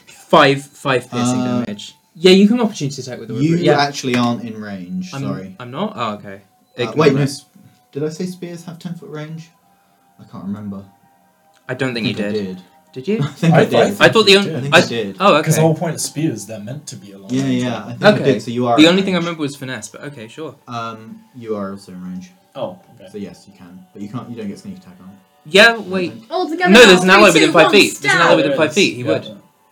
five five piercing
Uh,
damage. Yeah, you can opportunity attack with the
You
whip. Yeah,
actually aren't in range.
I'm,
sorry.
I'm not. Oh, okay.
Uh,
Ignore
wait, no.
that.
s- Did I say spears have ten foot range? I can't remember.
I don't think, you
I
did. Did you?
I think I,
I- I
did.
I thought the only.
I think
I,
I did.
oh, okay.
Because the whole point of spears, they're meant to be a long
Yeah,
range
yeah. I
weapon.
think I
Okay.
did. So you are.
the
in
only thing I
range.
remember was finesse, but okay, sure.
Um, you are also in range.
Oh,
So yes, you can, but you can't. You don't get sneak attack on. it.
Yeah, wait.
All together.
No,
now.
there's an
Three,
ally
two,
within five
one,
feet. There's an
stab.
ally within five feet. He would.
You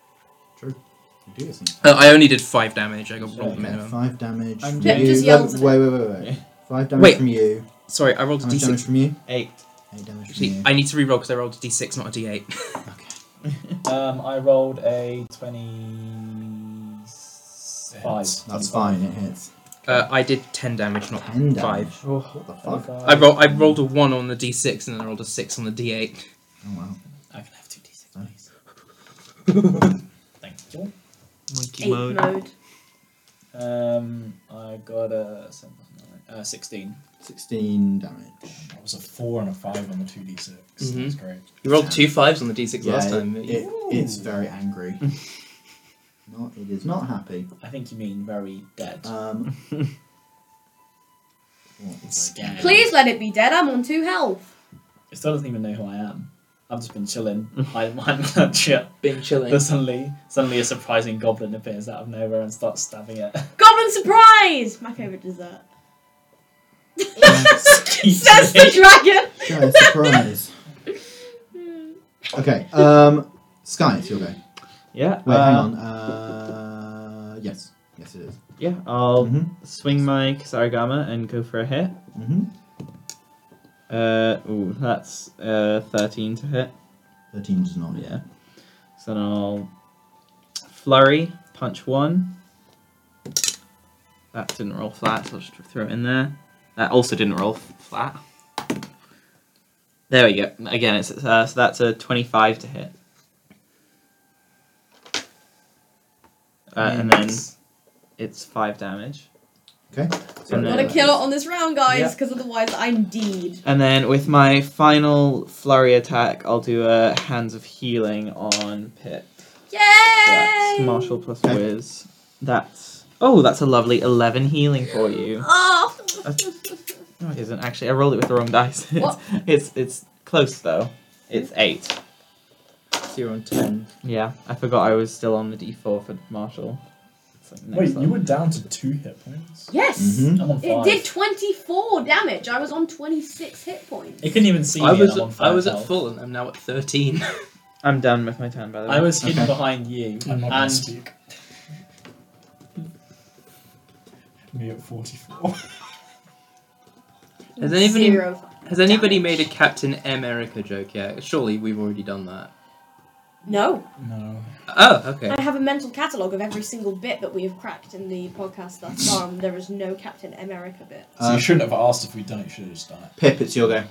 do get sneak.
Uh, I only did five damage. I got rolled
Okay,
minimum.
Five damage. from
I'm
Yeah,
you.
just
Lev-
yells at
wait, wait, wait, wait. Five damage
Wait.
from you.
Sorry, I rolled a
How much damage
d6.
from you?
Eight.
Eight damage from
Actually,
you.
I need to re-roll because I rolled a d6, not a d8.
Okay.
Um, I rolled a 25.
That's fine. It hits.
uh, I did ten damage, not
Ten damage.
five.
Oh, what the fuck? Oh
25.
I rolled. I rolled a one on the d6 and then I rolled a six on the d8.
Oh, wow.
I can have 2d6.
Nice.
Thank you.
Monkey
Ape mode.
Um, I got a seven, nine, uh, 16.
Sixteen damage.
That was a four and a five on the 2d6.
Mm-hmm.
That's great.
You rolled two fives on the d6
Yeah,
last time.
it, it- it's very angry. not, it is not happy.
I think you mean very dead.
Um,
Scared.
Please let it be dead. I'm on two health.
It still doesn't even know who I am. I've just been chilling, hiding behind that shit.
been chilling.
But suddenly, suddenly a surprising goblin appears out of nowhere and starts stabbing it.
Goblin surprise. My favorite dessert. Says the
Jesus.
dragon.
yeah, surprise. okay. Um, Sky, it's your go. Wait,
Yeah.
hang
uh,
on. Uh, yes, yes, it is.
Yeah, I'll
Mhm.
swing my Kasarigama and go for a hit.
Mhm.
Uh, ooh, that's uh, 13 to hit.
Thirteen does not.
Yeah. So then I'll flurry, punch one. That didn't roll flat, so I'll just throw it in there. That also didn't roll f- flat. There we go. Again, it's uh, so that's a twenty-five to hit. Uh, and then it's five damage.
Okay.
And
Gotta
then,
kill it on this round, guys,
Yeah.
because otherwise I'm deed.
and then with my final flurry attack, I'll do a hands of healing on Pip.
Yay!
That's martial plus
Okay.
whiz. That's oh, that's a lovely eleven healing for you.
Oh.
No, it isn't actually. I rolled it with the wrong dice. It's
What?
it's, it's close though. It's eight.
Zero and ten.
Yeah, I forgot I was still on the D four for martial. It's like next
Wait, you
one.
were down to two hit points?
yes.
Mhm.
I'm on
It
five.
did 24 damage. I was on 26 hit points.
It couldn't even see
I
me.
was
and I'm on
at,
five
I was at
health.
full and I'm now at thirteen.
I'm done with my turn by the way.
I was hidden
Okay.
behind you.
I'm not going
And-
to speak. Me at 44.
Has anybody-
Zero.
Has anybody
Damage.
made a Captain America joke yet? Surely we've already done that.
No.
No.
Oh, okay.
I have a mental catalogue of every single bit that we have cracked in the podcast thus far, and there is no Captain America bit.
So
Uh,
you shouldn't have asked if we'd done it, you should have just done it.
Pip, it's your go.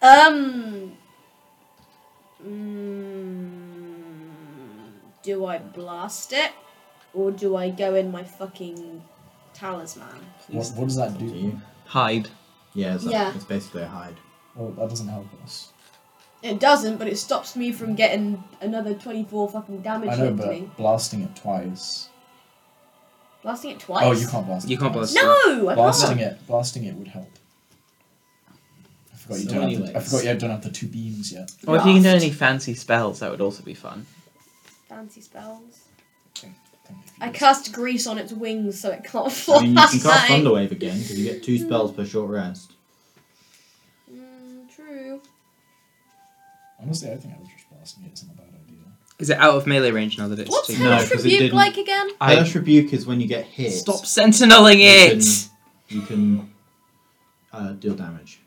Um. mm, do I blast it? Or do I go in my fucking talisman?
What, what does that do?
hide.
Yeah, it's, a-
Yeah.
it's basically a hide.
Well, Oh, that doesn't help us.
It doesn't, but it stops me from getting another 24 fucking damage
I know,
hit to me.
but blasting it twice.
Blasting it twice?
Oh, you can't blast it.
You can't
twice.
blast it.
No, I can't.
Blasting it, blasting it would help. I forgot you
So
don't. Have the, I
anyways.
forgot you don't have the two beams yet.
Or if you can do
Blast.
any fancy spells, that would also be fun.
Fancy spells.
think if you
I
just-
cast grease on its wings so it can't fly.
I mean, you can cast Thunderwave again because you get
Hmm.
two spells per short rest.
Mm, true.
Honestly, I think I was just blasting it. It's not a bad idea.
Is it out of melee range now that it's
What's
taken?
No,
Hellish
'cause it
Rebuke
didn't-
like again?
I-
Hellish Rebuke is when you get hit.
Stop sentineling
You
it!
can, you can uh, deal damage.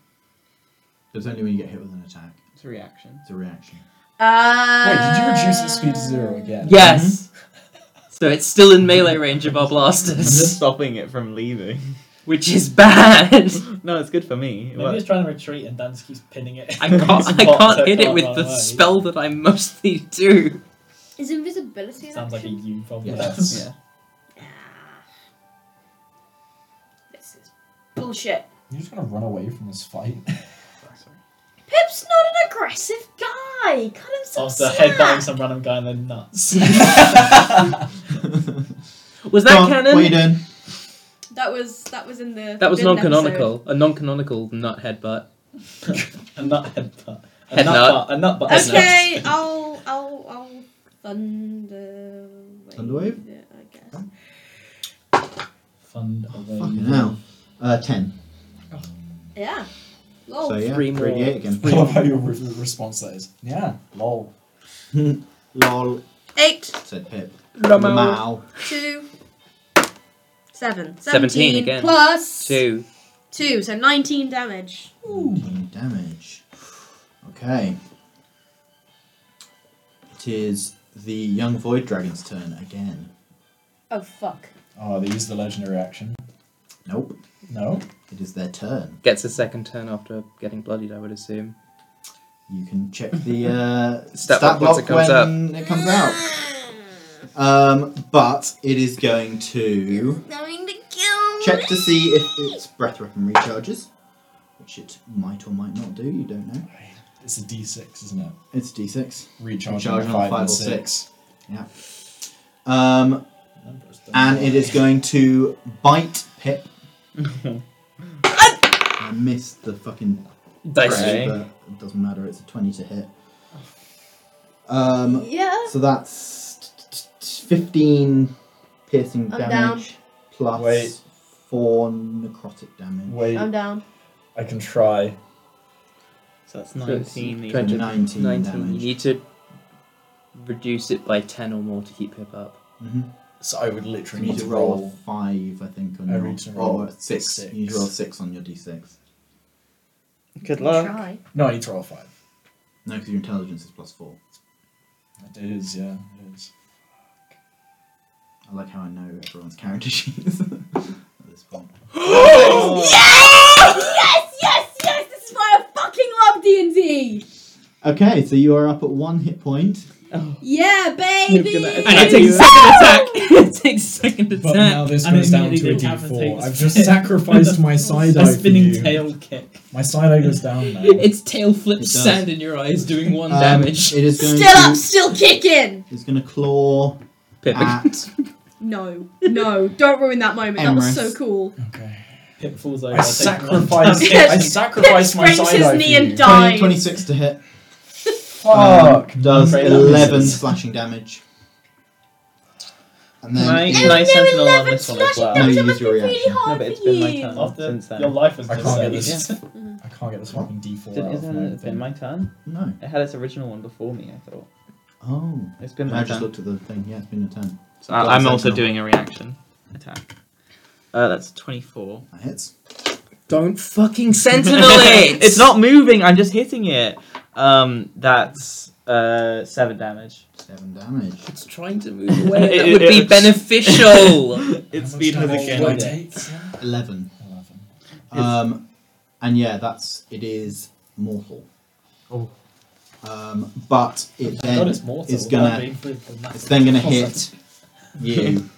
It's only when you get hit with an attack.
It's a reaction.
It's a reaction.
Wait,
Uh,
did you reduce its speed to zero again?
Yes. Mm-hmm. so it's still in melee range of our blasters,
stopping it from leaving.
which is bad.
no, it's good for me. It
Maybe
works.
he's trying to retreat and Dan just keeps pinning it.
I can't.
He's
I
blocked, so
can't hit it with
run
the
away.
spell that I mostly do.
Is invisibility an
Sounds like a
action?
you problem.
Yes.
Yeah.
Ah. This is bullshit.
You're just gonna run away from this fight.
Pip's not an aggressive guy.
guy. Cut him some
After
slack.
headbutting some random guy in the nuts.
Was that
Come on,
canon?
What are you doing?
That was that was in the.
That was
forbidden
non-canonical. A non-canonical nut headbutt.
a nut headbutt. A
Head
nut,
nut.
butt. A nut butt.
episode.
headbutt.
Okay, I'll I'll I'll thunder.
Thunderwave?
it, I guess.
Fund away.
Fucking hell. Uh, 10.
Yeah. Lol.
So yeah,
Oh, three more.
3d8 again.
I love how your re- response to that is, yeah, lol.
Lol,
Eight,
said Pip.
Lmao.
Lmao.
two, seven.
17 again.
Plus
Two.
two, so 19 damage.
Nineteen damage. Okay. It is the young void dragon's turn again.
Oh, fuck.
Oh, they used the legendary action.
Nope.
No?
It is their turn.
Gets a second turn after getting bloodied, I would assume.
You can check the uh,
Stat
stat,
block once
block
it comes
when it comes out. Um, but it is going to
Going to kill me.
check to see if its breath weapon recharges, which it might or might not do. You don't know.
It's a d6, isn't it?
It's d6.
Recharge
Recharge
on
on
5
five or
and 6.
Um,
Numbers don't
and it is going to bite Pip. I missed the fucking
Dice.
Right.
thread, but it doesn't matter. It's a twenty to hit. Um,
Yeah.
so that's t- t- t- fifteen piercing
I'm
damage plus
Wait.
four necrotic damage.
Wait,
I'm down.
I can try.
So
it's
that's 19
twenty.
even.
Hundred
Nineteen,
19. You
damage.
need to reduce it by 10 or more to keep Pip up.
Mhm.
So I would
You
literally
need to roll five, I think, on
I
your
need to roll
or six. You need to roll six on your d6.
Good luck.
Try.
No, I need to roll 5.
No, because your intelligence is plus four.
It is, yeah, it is.
I like how I know everyone's character sheets at this point.
Yes, yes, yes! This is why I fucking love D&D!
Okay, so you are up at one hit point.
Yeah, baby!
And it takes second attack! It takes second attack!
But now this
And
goes down to a
immediately
d4.
decapitates
I've just
it.
sacrificed my side
a
eye for
spinning
you.
tail kick.
My side eye goes down now.
Its tail flips
It does.
sand in your eyes, doing one
Um,
damage.
It is going
Still up,
to.
still kicking!
It's going to claw
Pip.
at
No, no, don't ruin that moment. That was so
Emrys.
cool.
Okay.
Pip falls over.
I sacrificed,
damage.
I sacrificed my
Pip sprains
side
his
eye
knee
for
and
you.
dies.
20, 26 to hit.
Fuck!
Um, does
Great, that
11
misses.
slashing damage. And
Can
then.
I,
you-
can I sentinel on this one as
slashing
well?
No,
damage
Oh, you
that
use your reaction.
must be really
No,
hard
but it's
for
been my
you.
turn
After
since then.
your life was
I
just
can't
saved.
get this.
Yeah.
I can't get this fucking D4
Did,
out of
isn't
my
it been
thing.
my turn?
No.
It had its original one before me, I thought.
Oh.
It's been my
I just
turn.
looked at the thing. Yeah, it's been a turn.
So I- I'm also doing a reaction attack. Uh, that's 24.
That hits.
Don't fucking sentinel it!
it's not moving, I'm just hitting it. Um, that's uh, 7 damage.
7 damage.
It's trying to move away. That
It-
would be
it-
beneficial!
Um,
Its
How
speed
much
has
damage
again.
did I
like-
take?
11.
11.
Um, and yeah, that's. It is mortal.
Oh.
Um, but it
God,
then.
it's mortal.
it's gonna-
That'd be pretty
It's then going to hit
Awesome.
you,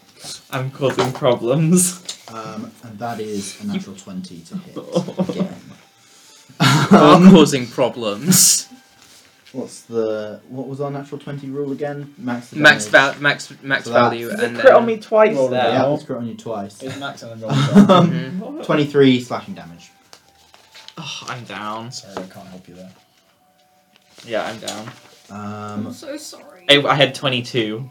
I'm causing problems.
um, and that is a natural 20 to hit
Oh.
again.
Are
Um,
causing problems.
what's the what was our natural 20 rule again? Max damage.
Max val- max max
So that's-
value
It's
and
crit
then-
on me twice
Roll
Yeah,
now.
it's crit on you twice.
It's max and then roll.
Um,
Mhm.
23 slashing damage.
Oh, I'm down.
Sorry, I can't help you there.
Yeah, I'm down.
Um,
so sorry.
I, I had 22.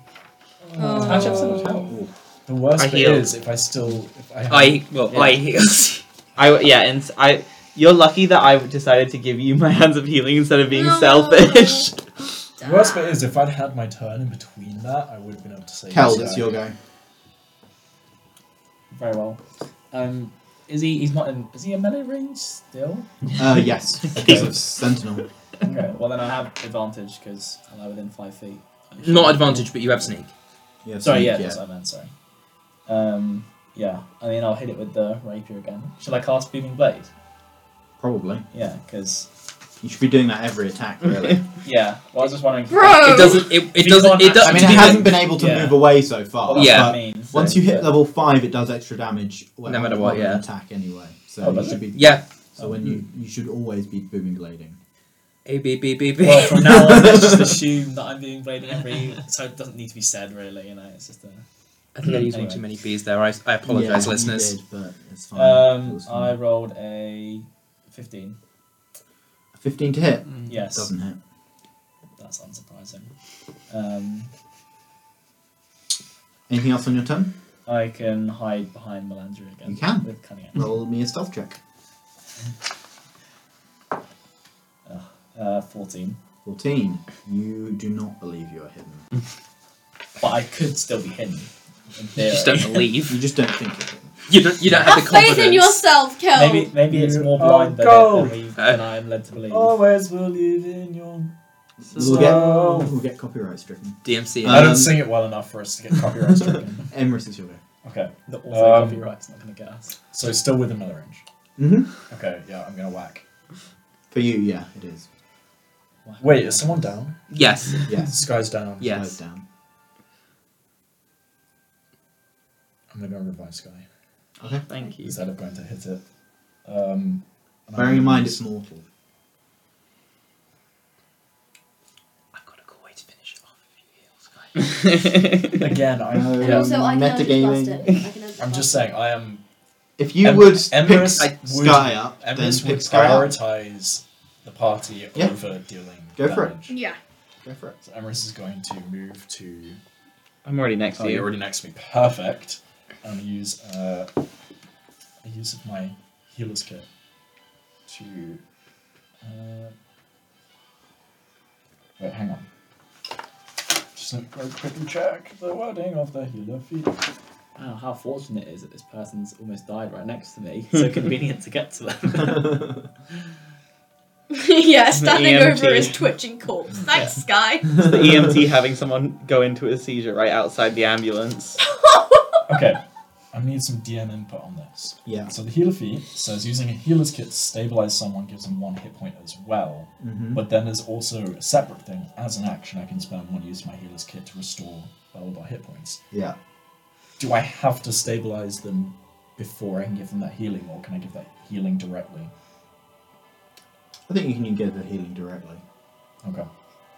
Oh.
Actually, I've so much health.
The worst
I
bit
healed.
is if I still if I,
I well
Yeah.
I heals.
I yeah, and I. You're lucky that I decided to give you my hands of healing instead of being
No.
selfish.
the worst bit is if I'd had my turn in between that, I would have been able to say.
Keld, it's
yes, yeah.
your go.
Very well. Um, is he? He's not in. Is he in melee range still?
Uh, yes, because of Sentinel.
okay. Well, then I have advantage because I'm now within five feet.
Not advantage, but you have sneak.
Yeah,
Sorry.
sneak,
Yeah, that's what I meant. Sorry. Um. Yeah. I mean, I'll hit it with the rapier again. Shall I cast beaming blade?
Probably.
Yeah. Because.
You should be doing that every attack, really.
Yeah. Well, I was just wondering.
Bro!
It doesn't. It, it
You
doesn't.
can't
It does.
I mean, it
to be
hasn't been able to
Yeah.
move away so far.
Well, that's
Yeah.
What I mean, so-
Once you hit
but-
level five, it does extra damage. when-
No matter what,
on
yeah.
Attack anyway. So
Oh,
you
does
should be
Yeah.
So when you you should always be booming blading.
A B B B B.
Well, from now on, let's just assume that I'm being played in every. So it doesn't need to be said, really. You know, it's just a.
I think I used one
Anyway.
too many B's there. I, I apologise,
Yeah, you
listeners.
did, but it's fine. It
Um,
was
I
fine.
rolled a fifteen.
15 to hit.
Yes,
Doesn't hit.
that's unsurprising. Um,
Anything else on your turn?
I can hide behind Melandra again.
You can.
with cunning action.
Roll me a stealth check.
Uh, fourteen,
14. You do not believe you are hidden.
but I could still be hidden. In
You
theory.
just don't
You
believe.
just don't think you're hidden.
You don't. You don't have,
Have
the
faith
confidence.
in yourself, Kel.
Maybe maybe it's more
You are
blind than, it,
gold. Oh.
than, we,
Uh,
than I am led to believe.
Always believe in your.
We'll get,
Oh.
we'll get copyright stricken.
DMC.
Um,
I don't sing it well enough for us to get copyright stricken.
Emrys is your go.
okay,
The author
Um,
copyright's not going to get us.
so still within my range.
Mm-hmm.
Okay, yeah, I'm gonna whack.
For you, yeah, it is.
Wait, is someone down?
yes.
Yes.
This guy's down.
Yeah. Yes.
Slide Down.
I'm gonna go and revive Sky.
Okay.
Thank you.
Instead of going to hit it. Um, and
Bearing
I'm
in mind
gonna
it's mortal.
I've got a cool way to finish it off. if you heal, Sky.
use- Again, I.
No.
yeah,
And also, I can
Metagaming.
underblast it. I can
I'm just
underblast
saying, I am.
If you
Em-
would pick
Emrys
like,
would-
Sky up, then
Emrys
pick
would
Sky up.
prioritize the party
Yeah.
over dealing.
Go for it.
damage.
it. Yeah.
Go for it.
So Emrys is going to move to.
I'm already next
Oh,
to you.
you're already next to me. Perfect. I'm gonna use uh, a use of my healer's kit to. Uh, wait, hang on. Just let me very quickly check the wording of the healer feat.
Wow, how fortunate it is that this person's almost died right next to me. So convenient to get to them.
yeah, standing
The
over
EMT.
his twitching corpse. Thanks, Sky.
It's the EMT having someone go into a seizure right outside the ambulance.
Okay, I need some DM input on this.
Yeah.
So the healer feat says using a healer's kit to stabilize someone gives them one hit point as well.
Mm-hmm.
But then there's also a separate thing. As an action, I can spend one use of my healer's kit to restore all of our hit points.
Yeah.
Do I have to stabilize them before I can give them that healing, or can I give that healing directly?
I think you can get the healing directly.
Okay.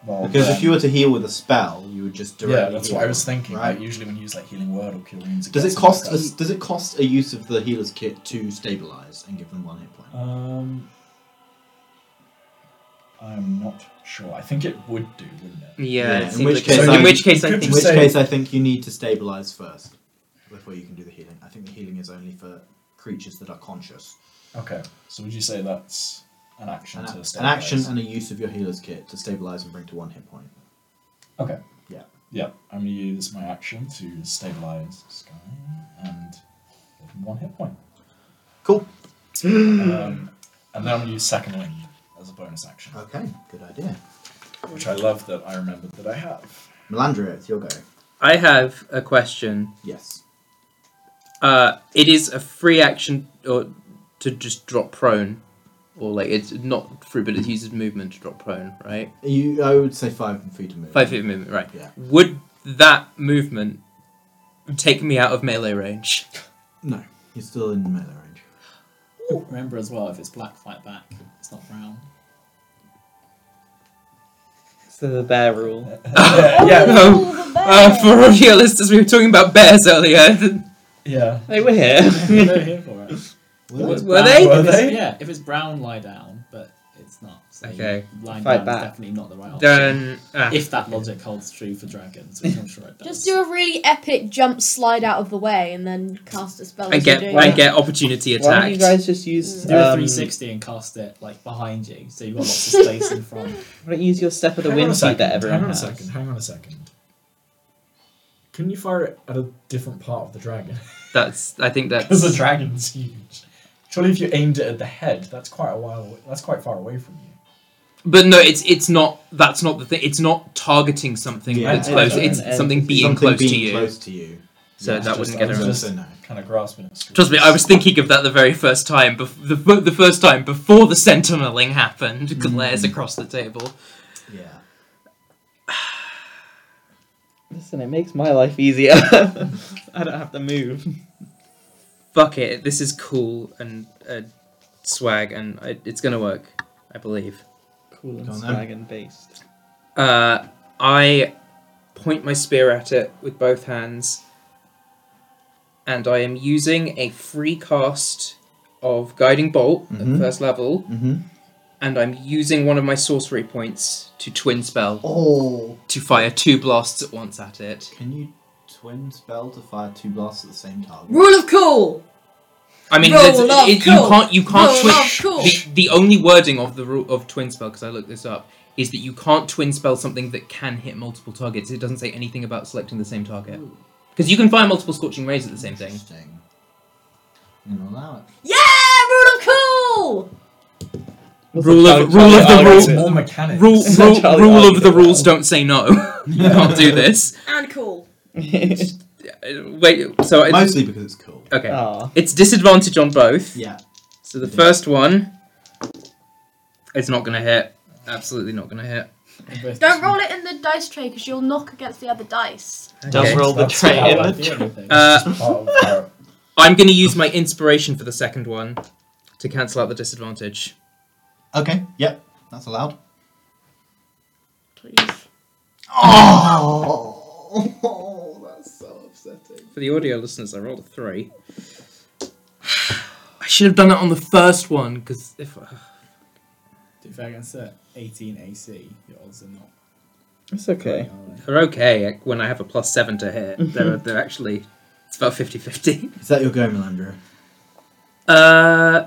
Well,
Because
then-
if you were to heal with a spell, you would just directly.
yeah, that's
heal
what I was
them,
thinking.
Right.
Like, usually when you use like healing word or cure wounds,
Does
gets
it cost?
them like
A, does it cost a use of the healer's kit to stabilize and give them one hit point?
that. Um, I'm not sure. I think it would do, wouldn't it?
Yeah.
Yeah,
it
in
seems
which
like-
case
in
I-
which case, I
Could
In
think
which
say-
case, I think you need to stabilize first before you can do the healing. I think the healing is only for creatures that are conscious.
Okay. So would you say that's an action
An,
to
a- an
stabilize?
action and a use of your healer's kit to stabilize and bring to one hit point.
Okay.
Yeah.
Yeah, I'm gonna use my action to stabilize Sky and give him one hit point.
Cool.
Um, and then I'm gonna use second wind as a bonus action,
Okay, good idea.
which I love that I remembered that I have.
Melandria, it's your go.
I have a question.
Yes.
Uh, it is a free action or to just drop prone, or like it's not free, but it uses movement to drop prone, right?
You, I would say five feet of movement.
Five feet of movement, right?
Yeah.
Would that movement take me out of melee range?
No, you're still in melee range.
Remember as well, if it's black, fight back. It's not brown.
So the bear rule.
yeah, yeah,
No. Uh, for all your listeners, we were talking about bears earlier.
yeah.
They were here.
They're here for it.
Well,
Were
If it's brown-
they?
if
Were
it's-
they?
Yeah, if it's brown, lie down, but it's not. So
Okay.
Lying
Fight
down
back.
is definitely not the right option.
Then ah,
If that logic holds true for dragons, which I'm sure it does.
Just do a really epic jump slide out of the way and then cast a spell.
I
as
get
you're
I
doing it.
get opportunity
Why don't you
attacked.
guys just use?
Do a
Um,
360 and cast it like behind you, so you've got lots of space in front.
why don't you use your step of the
Hang on a
wind feat
second,
that everyone
Hang on
has?
a second. Hang on a second. Couldn't you fire it at a different part of the dragon?
That's I think that's
Because the dragon's huge. Surely, if you aimed it at the head, that's quite a while. Away, that's quite far away from you.
But no, it's it's not. That's not the thing. It's not targeting something
Yeah,
that's
yeah,
close.
yeah.
It's
And-
something
and
being
Something
close
being
to you.
Close to you.
So
Yeah,
that
it's
wouldn't
just-
get
I was
around.
just
So no.
kind of grasping at straws.
Trust me, I was thinking of that the very first time, bef- the the first time before the sentineling happened. Glares across the table.
Yeah.
Listen, it makes my life easier. I don't have to move.
Fuck it. This is cool and uh, swag, and I, it's gonna work. I believe.
Cool and
Go on then.
dragon based.
Uh, I point my spear at it with both hands, and I am using a free cast of Guiding Bolt
Mhm.
at first level,
Mm-hmm.
and I'm using one of my sorcery points to twin spell
Oh.
to fire two blasts at once at it.
Can you twin spell to fire two blasts at the same target?
Rule of cool.
I mean,
Roll
there's-
off,
it- you
cool.
can't you can't
Roll
twin.
off, cool.
The, the only wording of the rule of twin spell because I looked this up is that you can't twin spell something that can hit multiple targets. It doesn't say anything about selecting the same target because you can fire multiple scorching rays at the same thing.
Interesting. You know that.
Yeah, rule of cool.
Rule of
Charlie
rule of the
Allen
rule.
is it?
More mechanics.
Rule,
Charlie
rule, rule
argued
of the
about
rules
it.
don't say no. you can't do this.
And cool.
Uh, Wait, so it's,
Mostly because it's cool.
okay,
Aw.
it's disadvantage on both.
Yeah.
So the
Yeah.
first one, it's not gonna hit. Absolutely not gonna hit.
Don't roll it in the dice tray because you'll knock against the other dice.
Does
Okay.
roll the
That's
tray
how
in
I do
the tray.
Uh,
Part of our-
I'm gonna use my inspiration for the second one to cancel out the disadvantage.
Okay. Yep. That's allowed.
Please.
Oh. that's so upsetting.
For the audio listeners, I rolled a three. I should have done it on the first one because if uh,
If I can set 18 AC, your odds are not.
It's okay.
they're okay when I have a plus seven to hit. They're, they're actually it's about 50-50.
Is that your go, Melandra?
Uh,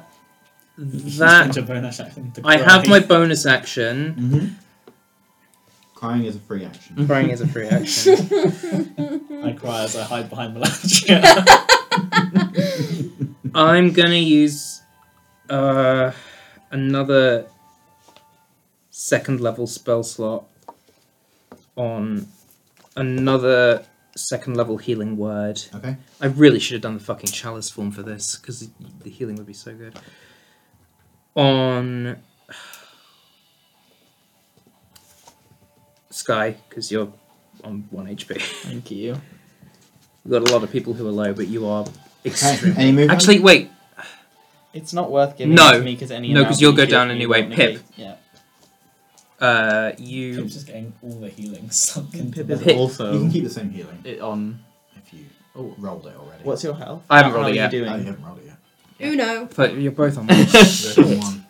that Uh, I have my bonus action.
Mm-hmm. Crying is a free action.
Crying is a free action.
I cry as I hide behind Melangia.
I'm gonna use uh, another second level spell slot on another second level healing word.
Okay.
I really should have done the fucking chalice form for this because the healing would be so good. On Sky, because you're on one HP.
Thank you.
We've got a lot of people who are low, but you are
Okay.
extremely.
Any movement?
Actually, wait.
It's not worth giving
No.
it to me because any
No, 'cause
amount
you'll
you
go
give
down
me
anyway.
won't
Pip.
negate- Yeah.
Uh, you
Pip's just getting all the healing sunk into
Pip
the
is
Mm, Pip.
you can
also
keep the same healing
it on.
if you
Oh.
rolled it already.
What's your health?
I haven't
How
rolled it
are you
yet.
Oh, you
doing?
haven't rolled it yet.
Uno.
But you're both on
You're at one.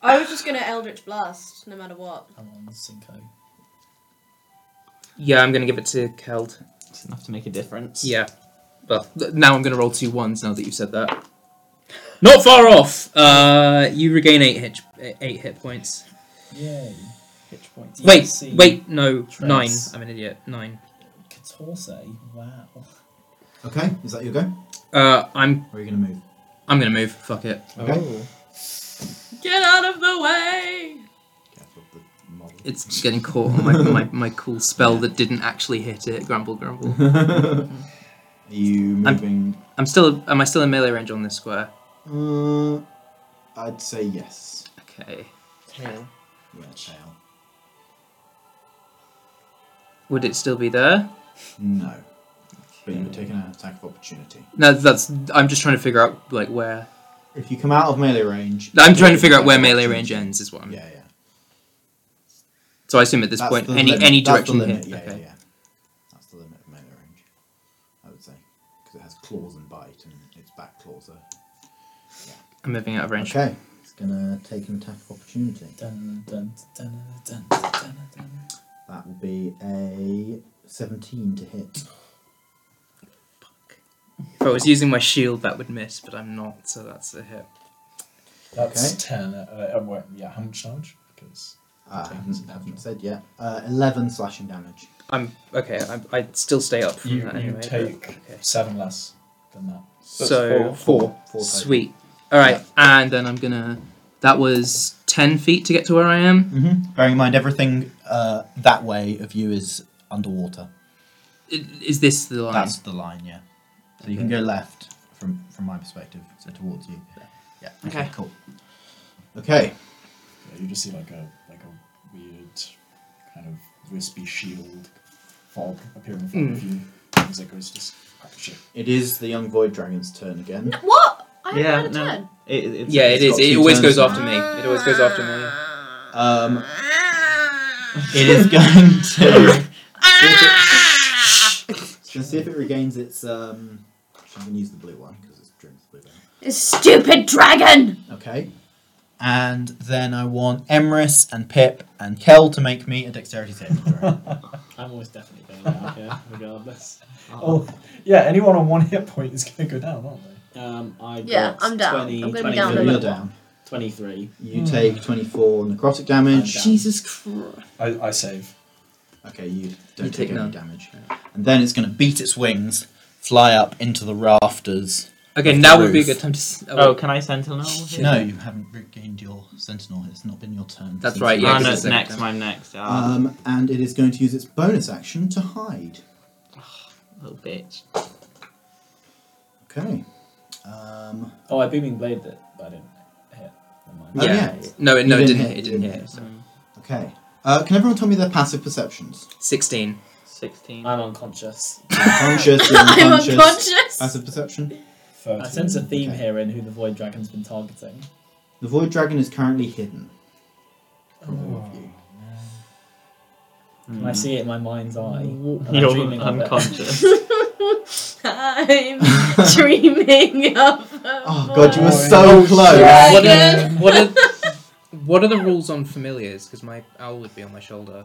I was just gonna Eldritch Blast, no matter what.
Come on, Cinco.
yeah, I'm gonna give it to Keld.
It's enough to make a difference.
Yeah. Well, th- now I'm gonna roll two ones now that you said that. Not far off. Uh, you regain eight hit eight hit points.
Yay. Pitch point. You
Wait,
see
wait, no, nine.
Trace.
I'm an idiot. Nine.
Catorce. Wow.
Okay. Is that your go?
Uh, I'm
Or are you going to move?
I'm gonna move. Fuck it.
Okay.
Oh,
Get out of the way.
Careful of the model.
It's just getting caught on my, my, my cool spell that didn't actually hit it. Grumble, grumble.
Are you moving?
I'm still. Am I still in melee range on this square?
Uh, I'd say yes.
Okay.
Tail.
Yeah, tail.
Would it still be there?
No. But you were taking an attack of opportunity.
No, that's. I'm just trying to figure out like where.
If you come out of melee range.
I'm
you
trying to
take
figure out
an
where
attack of
melee range
opportunity.
ends is what I'm.
Yeah, yeah.
So I assume at this
That's
point
the
any
limit-
any
that's the
direction
limit,
here.
Yeah,
okay.
yeah, yeah. That's the limit of melee range, I would say. Because it has claws and bite, and its back claws are.
I'm moving out of range.
Okay. It's going to take an attack of opportunity.
Dun dun dun dun dun dun dun.
That will be a 17 to hit.
If I was using my shield, that would miss, but I'm not, so that's a hit.
That's
Okay.
ten. Uh, uh, wait, yeah, how much damage? Because
Uh, I
Okay.
haven't, haven't said yet. Uh, 11 slashing damage.
I'm okay. I'm, I still stay up from
you,
that
you
anyway. but-
take
okay.
seven less than that.
So
Four. Four
Sweet. All right, and then I'm gonna. That was ten feet to get to where I am.
Mm-hmm. Bearing in mind, everything uh, that way of you is underwater.
I- Is this the line?
That's the line, yeah. So you can
Okay.
go left from from my perspective, so towards you. Yeah.
Okay.
Cool. Okay.
Yeah, you just see like a like a weird kind of wispy shield fog appearing in front of you as it goes just crack shit.
It is the young void dragon's turn again.
What? I haven't
Yeah,
had a
no.
turn.
It, it's,
yeah, it
it's
is.
got
It
two
always
turns Ah.
goes
now.
after me. It always goes after me.
Ah.
Um, it is going to.
Ah!
Let's see if it regains its. Um, I'm going to use the blue one because it's drinks blue. One.
This stupid dragon!
Okay. And then I want Emrys and Pip and Kel to make me a dexterity saving throw.
I'm almost definitely going down here, regardless.
Oh, yeah, anyone on one hit point is going to go down, aren't they?
Um, I
Yeah,
got
I'm down.
20,
I'm gonna be
23.
down
so
a
you're
little.
down.
23.
You take 24 necrotic damage.
I'm down. Jesus
Christ.
I, I save.
Okay, you don't take,
You take
any
none.
damage. And then it's going to beat its wings, fly up into the rafters.
Okay,
Off the
now would be a
roof.
good time to. s-
Oh, can I sentinel? hit?
No, you haven't regained your sentinel. It's not been your turn.
That's
since
right,
you-
yeah,
Ah,
'cause
no,
it's
it's
the
next.
second
Mine next. Ah,
Um, and it is going to use its bonus action to hide.
little bitch.
Okay. Um,
Oh, I beaming blade that, but I didn't hit. Never mind.
oh,
Yeah.
yeah.
No, it, no,
You didn't
it didn't
hit,
hit. It
you
didn't
didn't
hit. Sorry.
Okay. Uh, can everyone tell me their passive perceptions?
Sixteen.
Sixteen.
uh,
I'm unconscious.
Unconscious, you're
I'm
unconscious.
unconscious.
Passive perception.
13.
I sense a theme
Okay.
here in who the Void Dragon's been targeting.
The void dragon is currently hidden. From all
Oh,
of you.
Can I see it in my mind's eye? And I'm
Hmm. You're
dreaming of it.
unconscious.
I'm dreaming of. a
Oh god, you were
void.
so close.
Yeah.
What are,
Again.
what are what are the rules on familiars? Because my owl would be on my shoulder.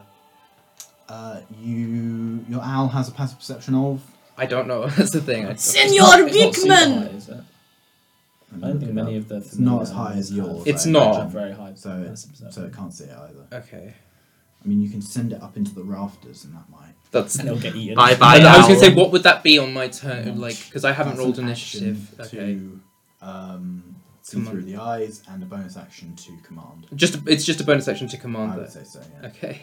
Uh, you, your owl has a passive perception of.
I don't know. That's the thing. I,
Senor
It's not super
Beekman!
high, is it?
I'm
I don't think
looking
many
up.
of the.
It's not as high as yours.
It's
I
not.
imagine.
very high.
So it-
passive perception.
so it can't see it either.
okay,
I mean, you can send it up into the rafters, and that might.
that's.
and it'll get eaten.
Bye
I,
bye. Um,
I was gonna say,
owl.
what would that be on my turn? Like, because I haven't
That's
rolled
an action
initiative. Okay,
To, um, see
Command.
through the eyes and a bonus action to command.
just it's just a bonus action to
I
command
would
it.
say so. Yeah.
Okay.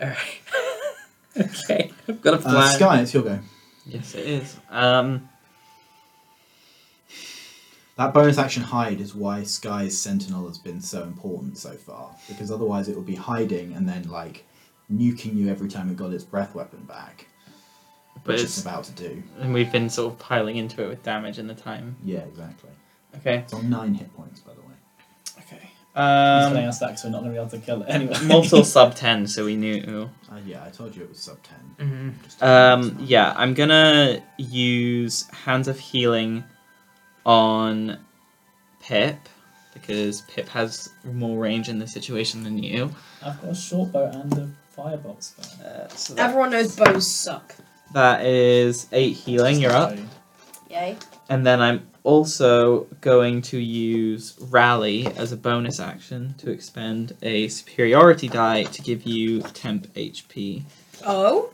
All right. okay, I've got a plan.
Uh, Sky, it's your go.
Yes, it is. Um,
That bonus action hide is why Sky's Sentinel has been so important so far, because otherwise it would be hiding and then like nuking you every time it got its breath weapon back,
but
which it's
it's
about to do.
and we've been sort of piling into it with damage in the time.
Yeah, exactly.
Okay.
It's on nine hit points, by the way.
Okay.
He's playing
Um,
our stacks, we're not going to be able to kill it anyway.
Mortal sub ten, so we knew.
Uh, yeah, I told you it was sub ten.
Mhm.
Just-
Um, yeah, I'm gonna use Hands of Healing on Pip because Pip has more range in this situation than you.
I've got a short bow and a firebolt spell.
Uh, so that,
Everyone knows bows suck.
that is eight healing. You're up,
Yay.
and then I'm also going to use Rally as a bonus action to expend a superiority die to give you temp HP,
Oh.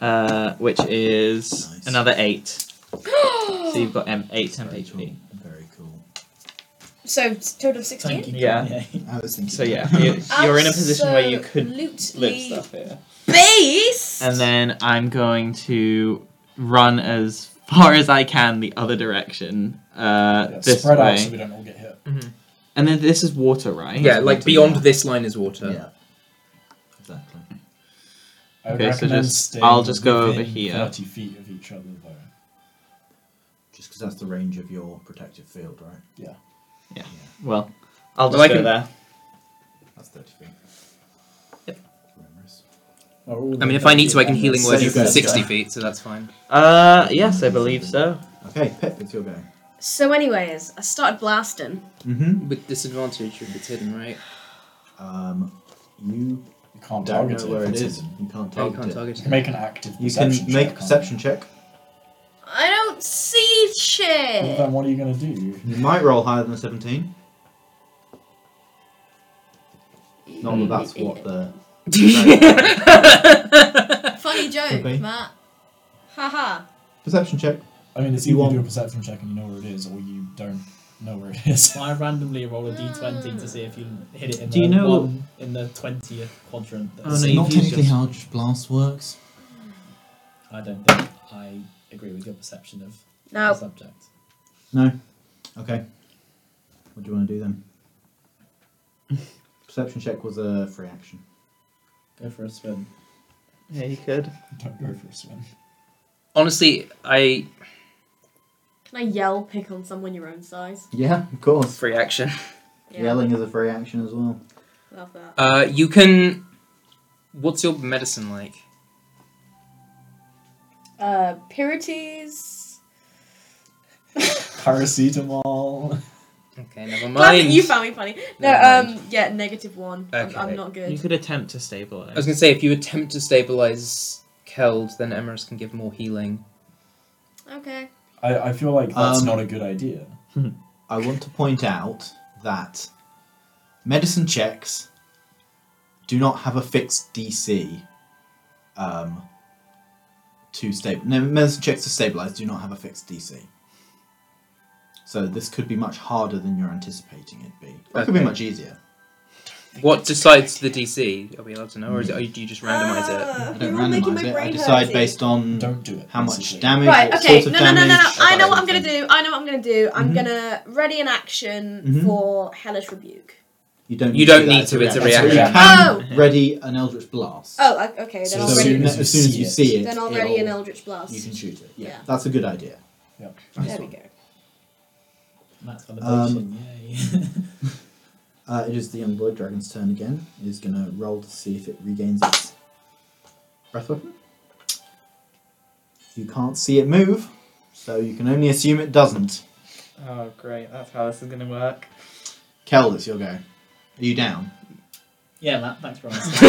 uh, which is
Nice.
another eight. So you've got um, eight temp
very
HP.
cool. Very cool.
so total of sixteen.
Thank you.
Yeah.
Kanye.
I was thinking.
So yeah, you, you're in a position where you could live
Absolutely
stuff here.
Beast.
And then I'm going to run as far as I can the other direction. Uh,
Yeah,
this
spread
way.
out so we don't all get hit.
And then this is water, right?
yeah, like
water,
beyond
yeah.
this line is water.
Yeah. Exactly.
I would
Okay, so
recommend
just-
staying
I'll just go over
within
here.
30 feet of each other, though.
Just because that's the range of your protective field, right?
Well, I'll just
Well, I
go
can-
there.
That's thirty feet.
Yep.
Remembrous.
We're all
I mean,
the
if I need to, I can
Kanye
healing
fans.
word you
Oh, you
from
go.
sixty feet, so that's fine.
Uh, yes, I believe so.
Okay, Pip, it's your go.
So, anyways, I started blasting.
Mm-hmm.
With disadvantage if it's hidden, right?
Um, you
You
don't
can't target
know where it
if it's
is.
hidden.
You can't
Oh, you
target
can't
it.
target
You
it.
can make an active
You can
perception
make a
check,
perception check.
I don't see
can't you? Well,
shit.
then what are you going to do?
You might roll higher than seventeen. Not that that's what the.
Funny joke,
Could be.
Matt. Haha.
Perception check.
I mean, it's
You
either you
want-
do a perception check and you know where it is, or you don't know where it is.
Why randomly roll a d20 to see if you hit it in
Do
the
you know-
one, in the 20th quadrant?
Oh,
That's
no, you've used yours.
how blast works.
I don't think I agree with your perception of the
Now,
subject.
No. Okay. What do you want to do then? Perception check was a free action.
Go for a swim.
Yeah, you could.
Don't go for a swim.
Honestly, I
can I yell pick on someone your own size?
Yeah, of course.
free action.
Yelling is a free action as well.
Love that.
Uh, you can. What's your medicine like?
Uh, Pirates.
Paracetamol.
Okay, never
Glad that
mind.
you found me funny. No,
Never
um, yeah, negative one.
Okay.
I'm, I'm not
You
good.
could attempt to
I
stabilize.
was gonna say if you attempt to stabilize Keld, then Emerus can give more healing.
Okay.
I, I feel like that's
Um,
not a good idea.
I want to point out that medicine checks do not have a fixed DC um, to stable. No, medicine checks to stabilize do not have a fixed DC. So this could be much harder than you're anticipating it be. It could be
Okay.
much easier.
What decides the DC? Are we allowed to know, or is it, or do you
Ah,
just randomize
Uh,
it?
I don't randomize it. I decide based on
Don't do it.
how much
basically.
damage.
Right,
what
okay.
Sort of
No, no, no, no, no.
damage,
I know what I'm
everything.
gonna do. I know what I'm gonna do. I'm
Mhm.
gonna ready an action
Mhm.
for Hellish Rebuke.
You don't.
You don't
do that
need
as
to, it's a
reaction.
reaction.
You
Oh!
can ready an eldritch blast.
Oh, I- okay. Then
So
I'll
So
As
ready.
you
soon
kn-
as you
as soon as
see
you
it.
see it,
Then I'll ready an
it'll-
Eldritch Blast.
You can shoot it.
Yeah.
yeah. that's a good idea.
Yep.
Nice
There we
one.
go.
Matt's
Um,
validation, yay.
Uh, it is the young boy dragon's turn again. It is going to roll to see if it regains its breath weapon. You can't see it move, so you can only assume it doesn't.
Oh, great. That's how this is going to work.
Kel, it's your go. Are you down?
yeah, Matt, thanks for asking.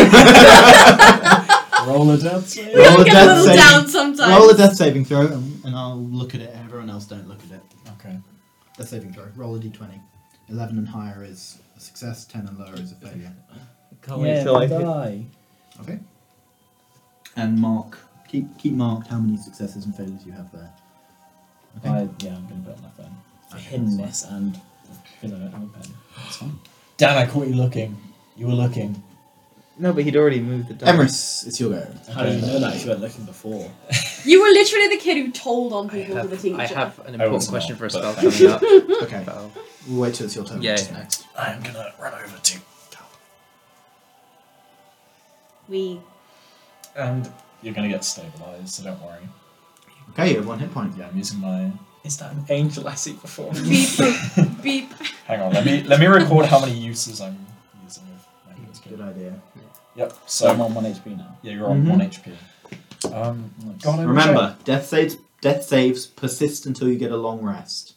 roll
Roll a death save.
We all
a
get a
death
little
saving.
down sometimes.
Roll a death saving throw, and, and I'll look at it. Everyone else don't look at it.
Okay.
Death saving throw. Roll a d20. Eleven and higher is a success. Ten and lower is a failure.
Can't wait
yeah,
till I hit.
die.
Okay. And mark. Keep keep marked how many successes and failures you have there.
I, yeah, I'm going to put it on my phone. I
Okay,
hidden
that's
this and because I don't have a pen.
That's fine.
Dan, I caught you looking. You were looking.
No, but he'd already moved the die.
Emerus, it's your go.
How do you know that if you weren't looking before?
You were literally the kid who told on
I
people to the
have,
teacher.
I have an
I
important
was
question
not,
for a spell
but-
coming up.
Okay.
Spell.
We'll wait till it's your turn.
Yeah,
What's
yeah.
next.
I am gonna run over to
We.
And you're gonna get stabilized, so don't worry.
Okay, you have one hit point.
Yeah, I'm using my.
Is that an angel I see before?
Beep. beep.
Hang on. Let me let me record how many uses I'm using. Of my healing
Good idea.
spell. Yep.
so I'm
So
on 1 HP now. Mm-hmm.
yeah, you're on
Mhm.
one HP. Um,
Nice.
God, I wish I-
Remember, death saves death saves persist until you get a long rest.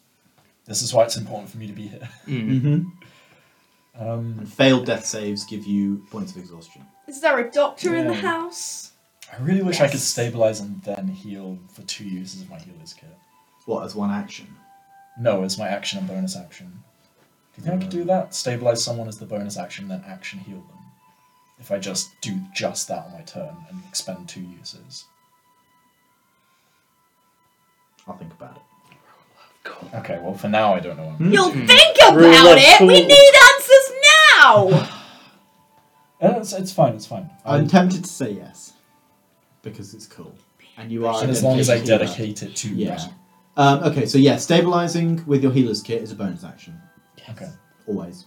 this is why it's important for me to be here.
Mm.
Mm-hmm.
Um,
And failed death saves give you points of exhaustion.
Is there a doctor in the
Yeah.
house?
I really wish I could stabilize and then heal for two uses of my healer's kit.
What as one action?
No, as my action and bonus action. Do you think I could do
Mm.
that? Stabilize someone as the bonus action, then action heal them. If I just do just that on my turn and expend two uses.
I'll think about it.
Okay, well for now I don't know. What
Hmm?
I'm
You'll
gonna do.
Mm.
think about
Rule of
it. We
four.
need answers now.
Uh, It's, it's fine. It's fine. I-
I'm tempted to say yes because it's cool, and you are.
and
a
as long as I
dedicated healer.
dedicate it to
Yeah. Um, okay, so yeah, stabilizing with your healer's kit is a bonus action.
Okay.
Always,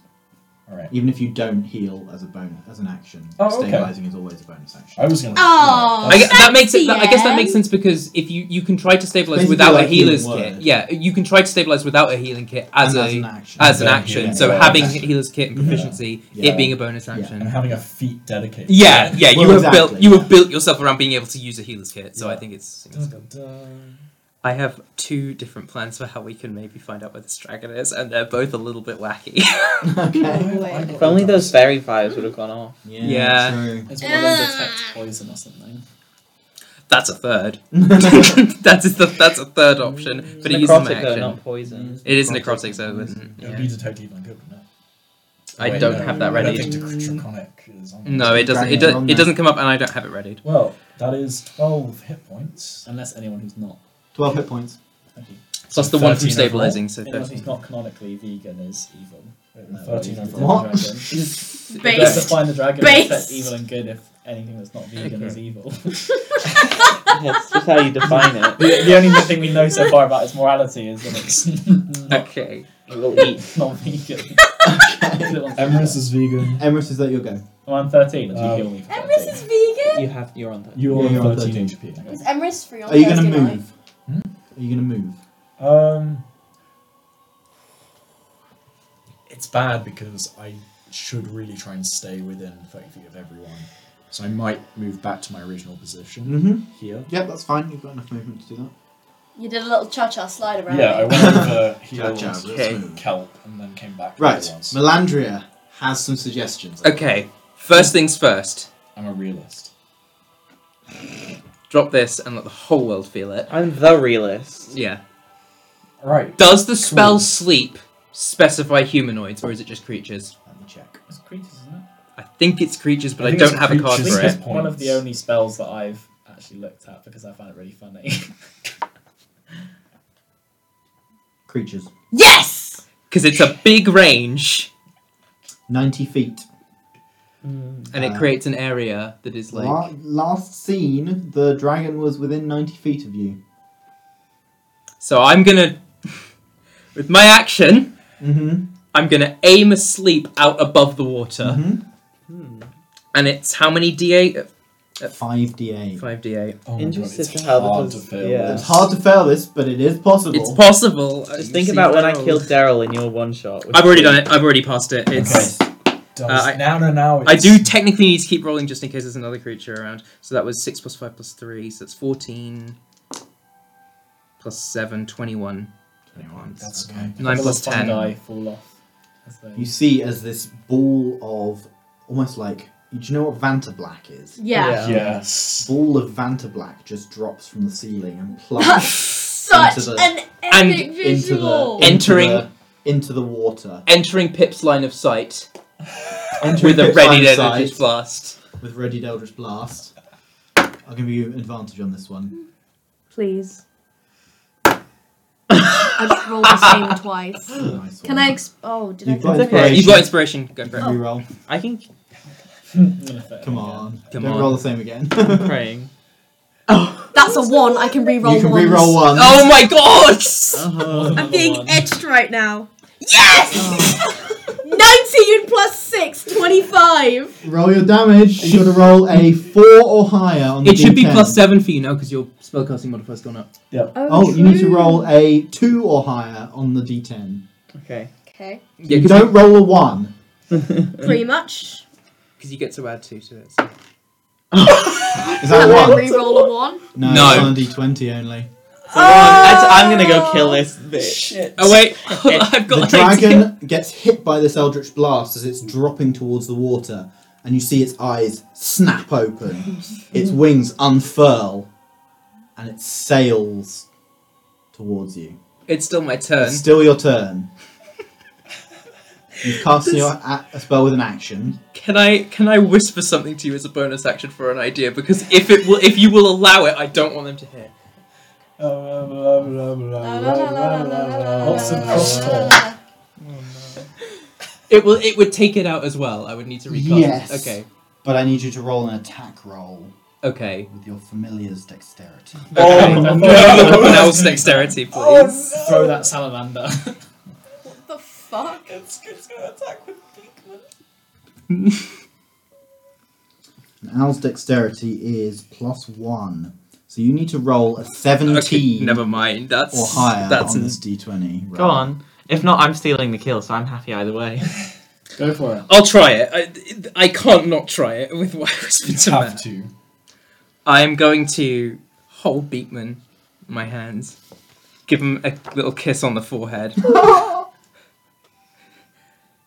All right.
even if you don't heal as a bonus as an action,
Oh, okay.
stabilizing is always a bonus action.
I was gonna.
Oh.
yeah,
I, gue- that makes it. That, I guess that
Fancy,
makes sense because if you you can try to stabilize
Basically
without
like
a healer's
healing
kit,
word.
yeah, you can try to stabilize without a healing kit as
And
a
action.
as an
Yeah,
action.
healing
so
word.
having
Yeah.
healer's kit and
Mhm.
proficiency,
Yeah.
it being a bonus
and
action.
having a feat dedicated.
Yeah, yeah, you
Well,
have built
exactly,
you
yeah.
have built yourself around being able to use a healer's kit. So I
Yeah.
think it's. it's
Dun,
good.
dun, dun.
I have two different plans for how we can maybe find out where this dragon is, and they're both a little bit wacky.
okay.
I- I got
If only
it.
those fairy fires would have gone off.
Yeah.
true.
It's one of them
Ah.
detect poison or something.
that's a third. that is the that's a third option, but it uses my
necrotic though,
action.
not poison.
It is necrotic, so it wouldn't.
It would
Yeah.
be detected even good, wouldn't it?
I
Wait,
don't
no,
have that
I don't
ready.
think drac- draconic is on
No, it doesn't.
Dragon
It, do,
Ball,
it
no.
doesn't come up, and I don't have it readied.
Well, that is twelve hit points.
Unless anyone who's not.
Twelve hit points.
Thank you.
Plus the one from
13 overall.
stabilizing, so
Anyone who's
13.
not canonically vegan is evil. No,
Thirteen
well, you
overall.
What?
can defend the dragon. You have to
Based.
find the dragon
Based.
and affect evil and good if anything that's not vegan is evil.
That's just how you define it.
the, the only thing we know so far about its morality is that it's not,
Okay.
It will eat.
not vegan.
Emerus is vegan.
Emerus, is that your go?
Well, I'm 13, and you
Um,
heal me for
Emrys
13.
is vegan.
You have. You're on that.
You're
Yeah, you're on
on 13 HP.
Is Emrys free on
Are you
going
gonna
to
move?
Hmm?
Are you gonna move?
Um, it's bad because I should really try and stay within 30 feet of everyone. So I might move back to my original position
Mm-hmm.
here.
Yep, that's fine. You've got enough movement to do that.
You did a little cha cha slide around.
Yeah, I
me.
went over here
Jab, jab,
and
okay.
took kelp and then came back.
Right,
the other ones.
Melandria has some suggestions.
Okay, first things first.
I'm a realist.
Drop this and let the whole world feel it.
I'm the realist.
Yeah.
Right.
Does the spell
Cool.
sleep specify humanoids or is it just creatures?
Let me check.
It's creatures, isn't it?
I think it's creatures, but I,
think
don't
it's
have a card
creatures
for
at
it.
this
One of the
point.
only spells that I've actually looked at because I found it really funny.
Creatures.
Yes!
Because it's a big range
90 feet.
and it
Uh,
creates an area that is like.
La- last seen, the dragon was within 90 feet of you.
So I'm gonna. With my action,
Mm-hmm.
I'm gonna aim a sleep out above the water.
Mm-hmm.
Hmm.
And it's how many d8? uh,
5d8.
5d8.
Oh my god,
Interested
it's
to how that
hard
was-
to fail
yeah.
It's
this.
hard to fail this, but it is possible.
It's possible.
Just think about when I killed Daryl in your one shot.
I've already done it. I've already passed it. It's.
Okay. Does,
Uh, I-
now, no, now.
I
it's-
do technically need to keep rolling just in case there's another creature around. So that was 6 plus 5 plus 3, so that's 14 plus 7, 21.
21.
That's
Okay.
okay.
9 plus
Little
10.
fungi fall off. as they-
You see as this ball of almost like do you know what Vantablack is?
Yeah.
Yeah.
Yes.
Ball of Vantablack just drops from the ceiling and
That's
plucks
such
Into the-
an
and
epic
into the
visual.
into
Entering-
the, into the water
Entering Pip's line of sight
Entering
with a
Pip's
ready
line of sight
energy blast.
with ready Eldritch blast. I'll give you advantage on this one.
Please. I just rolled the same twice.
Nice
Can
one.
I? Oh. Exp- oh, did
You've
I?
got
It's okay.
inspiration.
You've got inspiration. Go for
Can
it.
you roll?
I can.
I'm gonna fail
Come
again.
on.
Come
Don't
on.
roll the same again.
I'm praying.
That's a one. I can re-roll.
you can
ones.
re-roll one.
Oh my god!
Oh,
I'm being
one.
etched right now. Yes!
Oh.
19 plus 6, 25.
Roll your damage. You've got to roll a four or higher on the
It should be
D10.
plus 7 for you now because your spellcasting modifier's gone up.
Oh, you need to roll a two or higher on the D10.
Okay.
Okay.
Yeah,
You don't roll a one.
Pretty much.
Because you get to add 2 to it.
Is that
Can I
a one?
re-roll a one?
No,
No.
it's on D20 only.
So I'm, I'm gonna go kill this bitch.
Shit.
Oh wait, I've got
the
an
dragon
idea.
gets hit by this eldritch blast as it's dropping towards the water, and you see its eyes snap open, its wings unfurl, and it sails towards you.
It's still my turn.
It's still your turn. You've cast your a, a spell with an action.
Can I can I whisper something to you as a bonus action for an idea? Because if it will, if you will allow it, I don't want them to hear.
Blah, blah, blah, blah,
La, la,
blah,
la,
blah,
la, la,
blah,
la, la, la,
blah. Lots of
la,
cross
la, la,
talk.
la.
It will. It would take it out as well. I would need to recast.
Yes.
Okay.
But I need you to roll an attack roll
Okay.
with your familiar's dexterity.
okay.
no.
Can I have a couple else dexterity,
Oh,
please.
Throw that salamander.
What the fuck?
It's, it's gonna attack with Beakman.
An owl's dexterity is plus one, so you need to roll a seventeen.
Okay, never mind. That's
or higher
That's
on this d20. roll.
Go on. If not, I'm stealing the kill, so I'm happy either way.
Go for it.
I'll try it. I, I can't not try it with what I
You
whispered to
have
Matt.
to.
I am going to hold Beekman in my hands, give him a little kiss on the forehead,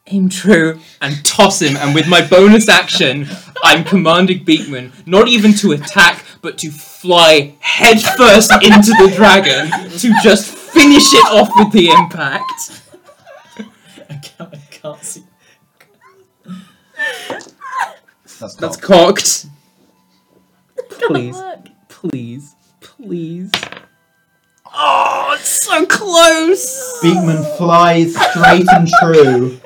aim true, and toss him. And with my bonus action, I'm commanding Beekman not even to attack, but to fly headfirst into the dragon to just finish it off with the impact.
I can't, I can't see.
That's,
That's
cool.
cocked.
Please.
Please, please. Oh, it's so close!
Beekman flies straight and true,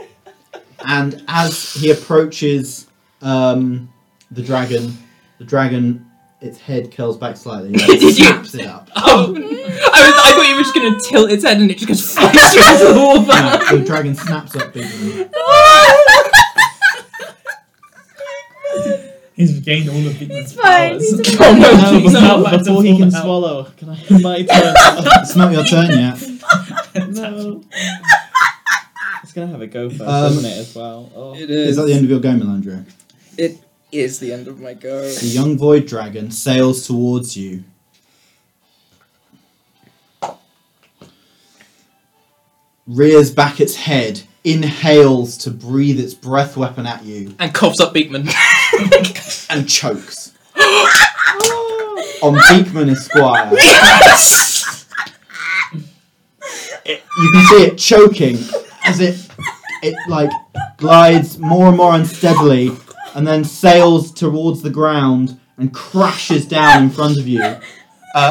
and as he approaches um, the dragon, the dragon, its head curls back slightly. and
Did you-
snaps it up.
Oh, I, was, I thought you were just gonna tilt its head and it just goes flying straight into the wall.
No, the dragon snaps up Beekman.
He's gained all of Beatman's
fine,
powers.
he's
Oh no,
No,
please, no.
before,
no,
before he
no.
can swallow, can I have my turn?
It's not your turn yet.
no. It's gonna have a go first,
Um,
isn't it? As well. Oh.
It
Is
is.
that the end of your go, Melandro?
It is the end of my go.
The young void dragon sails towards you. Rears back its head, inhales to breathe its breath weapon at you,
And coughs up Beekman.
and chokes. On Beekman Esquire. It- you can see it choking as it it like glides more and more unsteadily and then sails towards the ground and crashes down in front of you. Uh,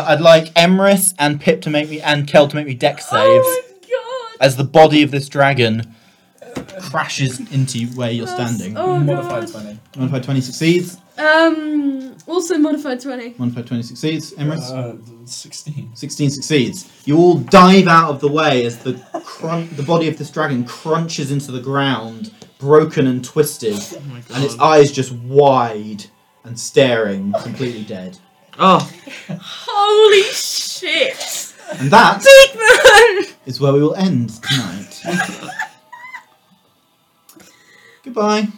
I'd like Emrys and Pip to make me and Kel to make me deck saves
Oh my god.
as the body of this dragon crashes into you where you're
That's-
standing.
Oh
Modified
god.
20.
Modified 20 succeeds.
Um. Also modified twenty.
Modified 20 succeeds. Emrys?
Uh, 16.
16 succeeds. You all dive out of the way as the crun- the body of this dragon crunches into the ground, broken and twisted, and its eyes just wide and staring, completely dead.
Oh,
Holy shit.
And that
Beekman.
is where we will end tonight. Goodbye.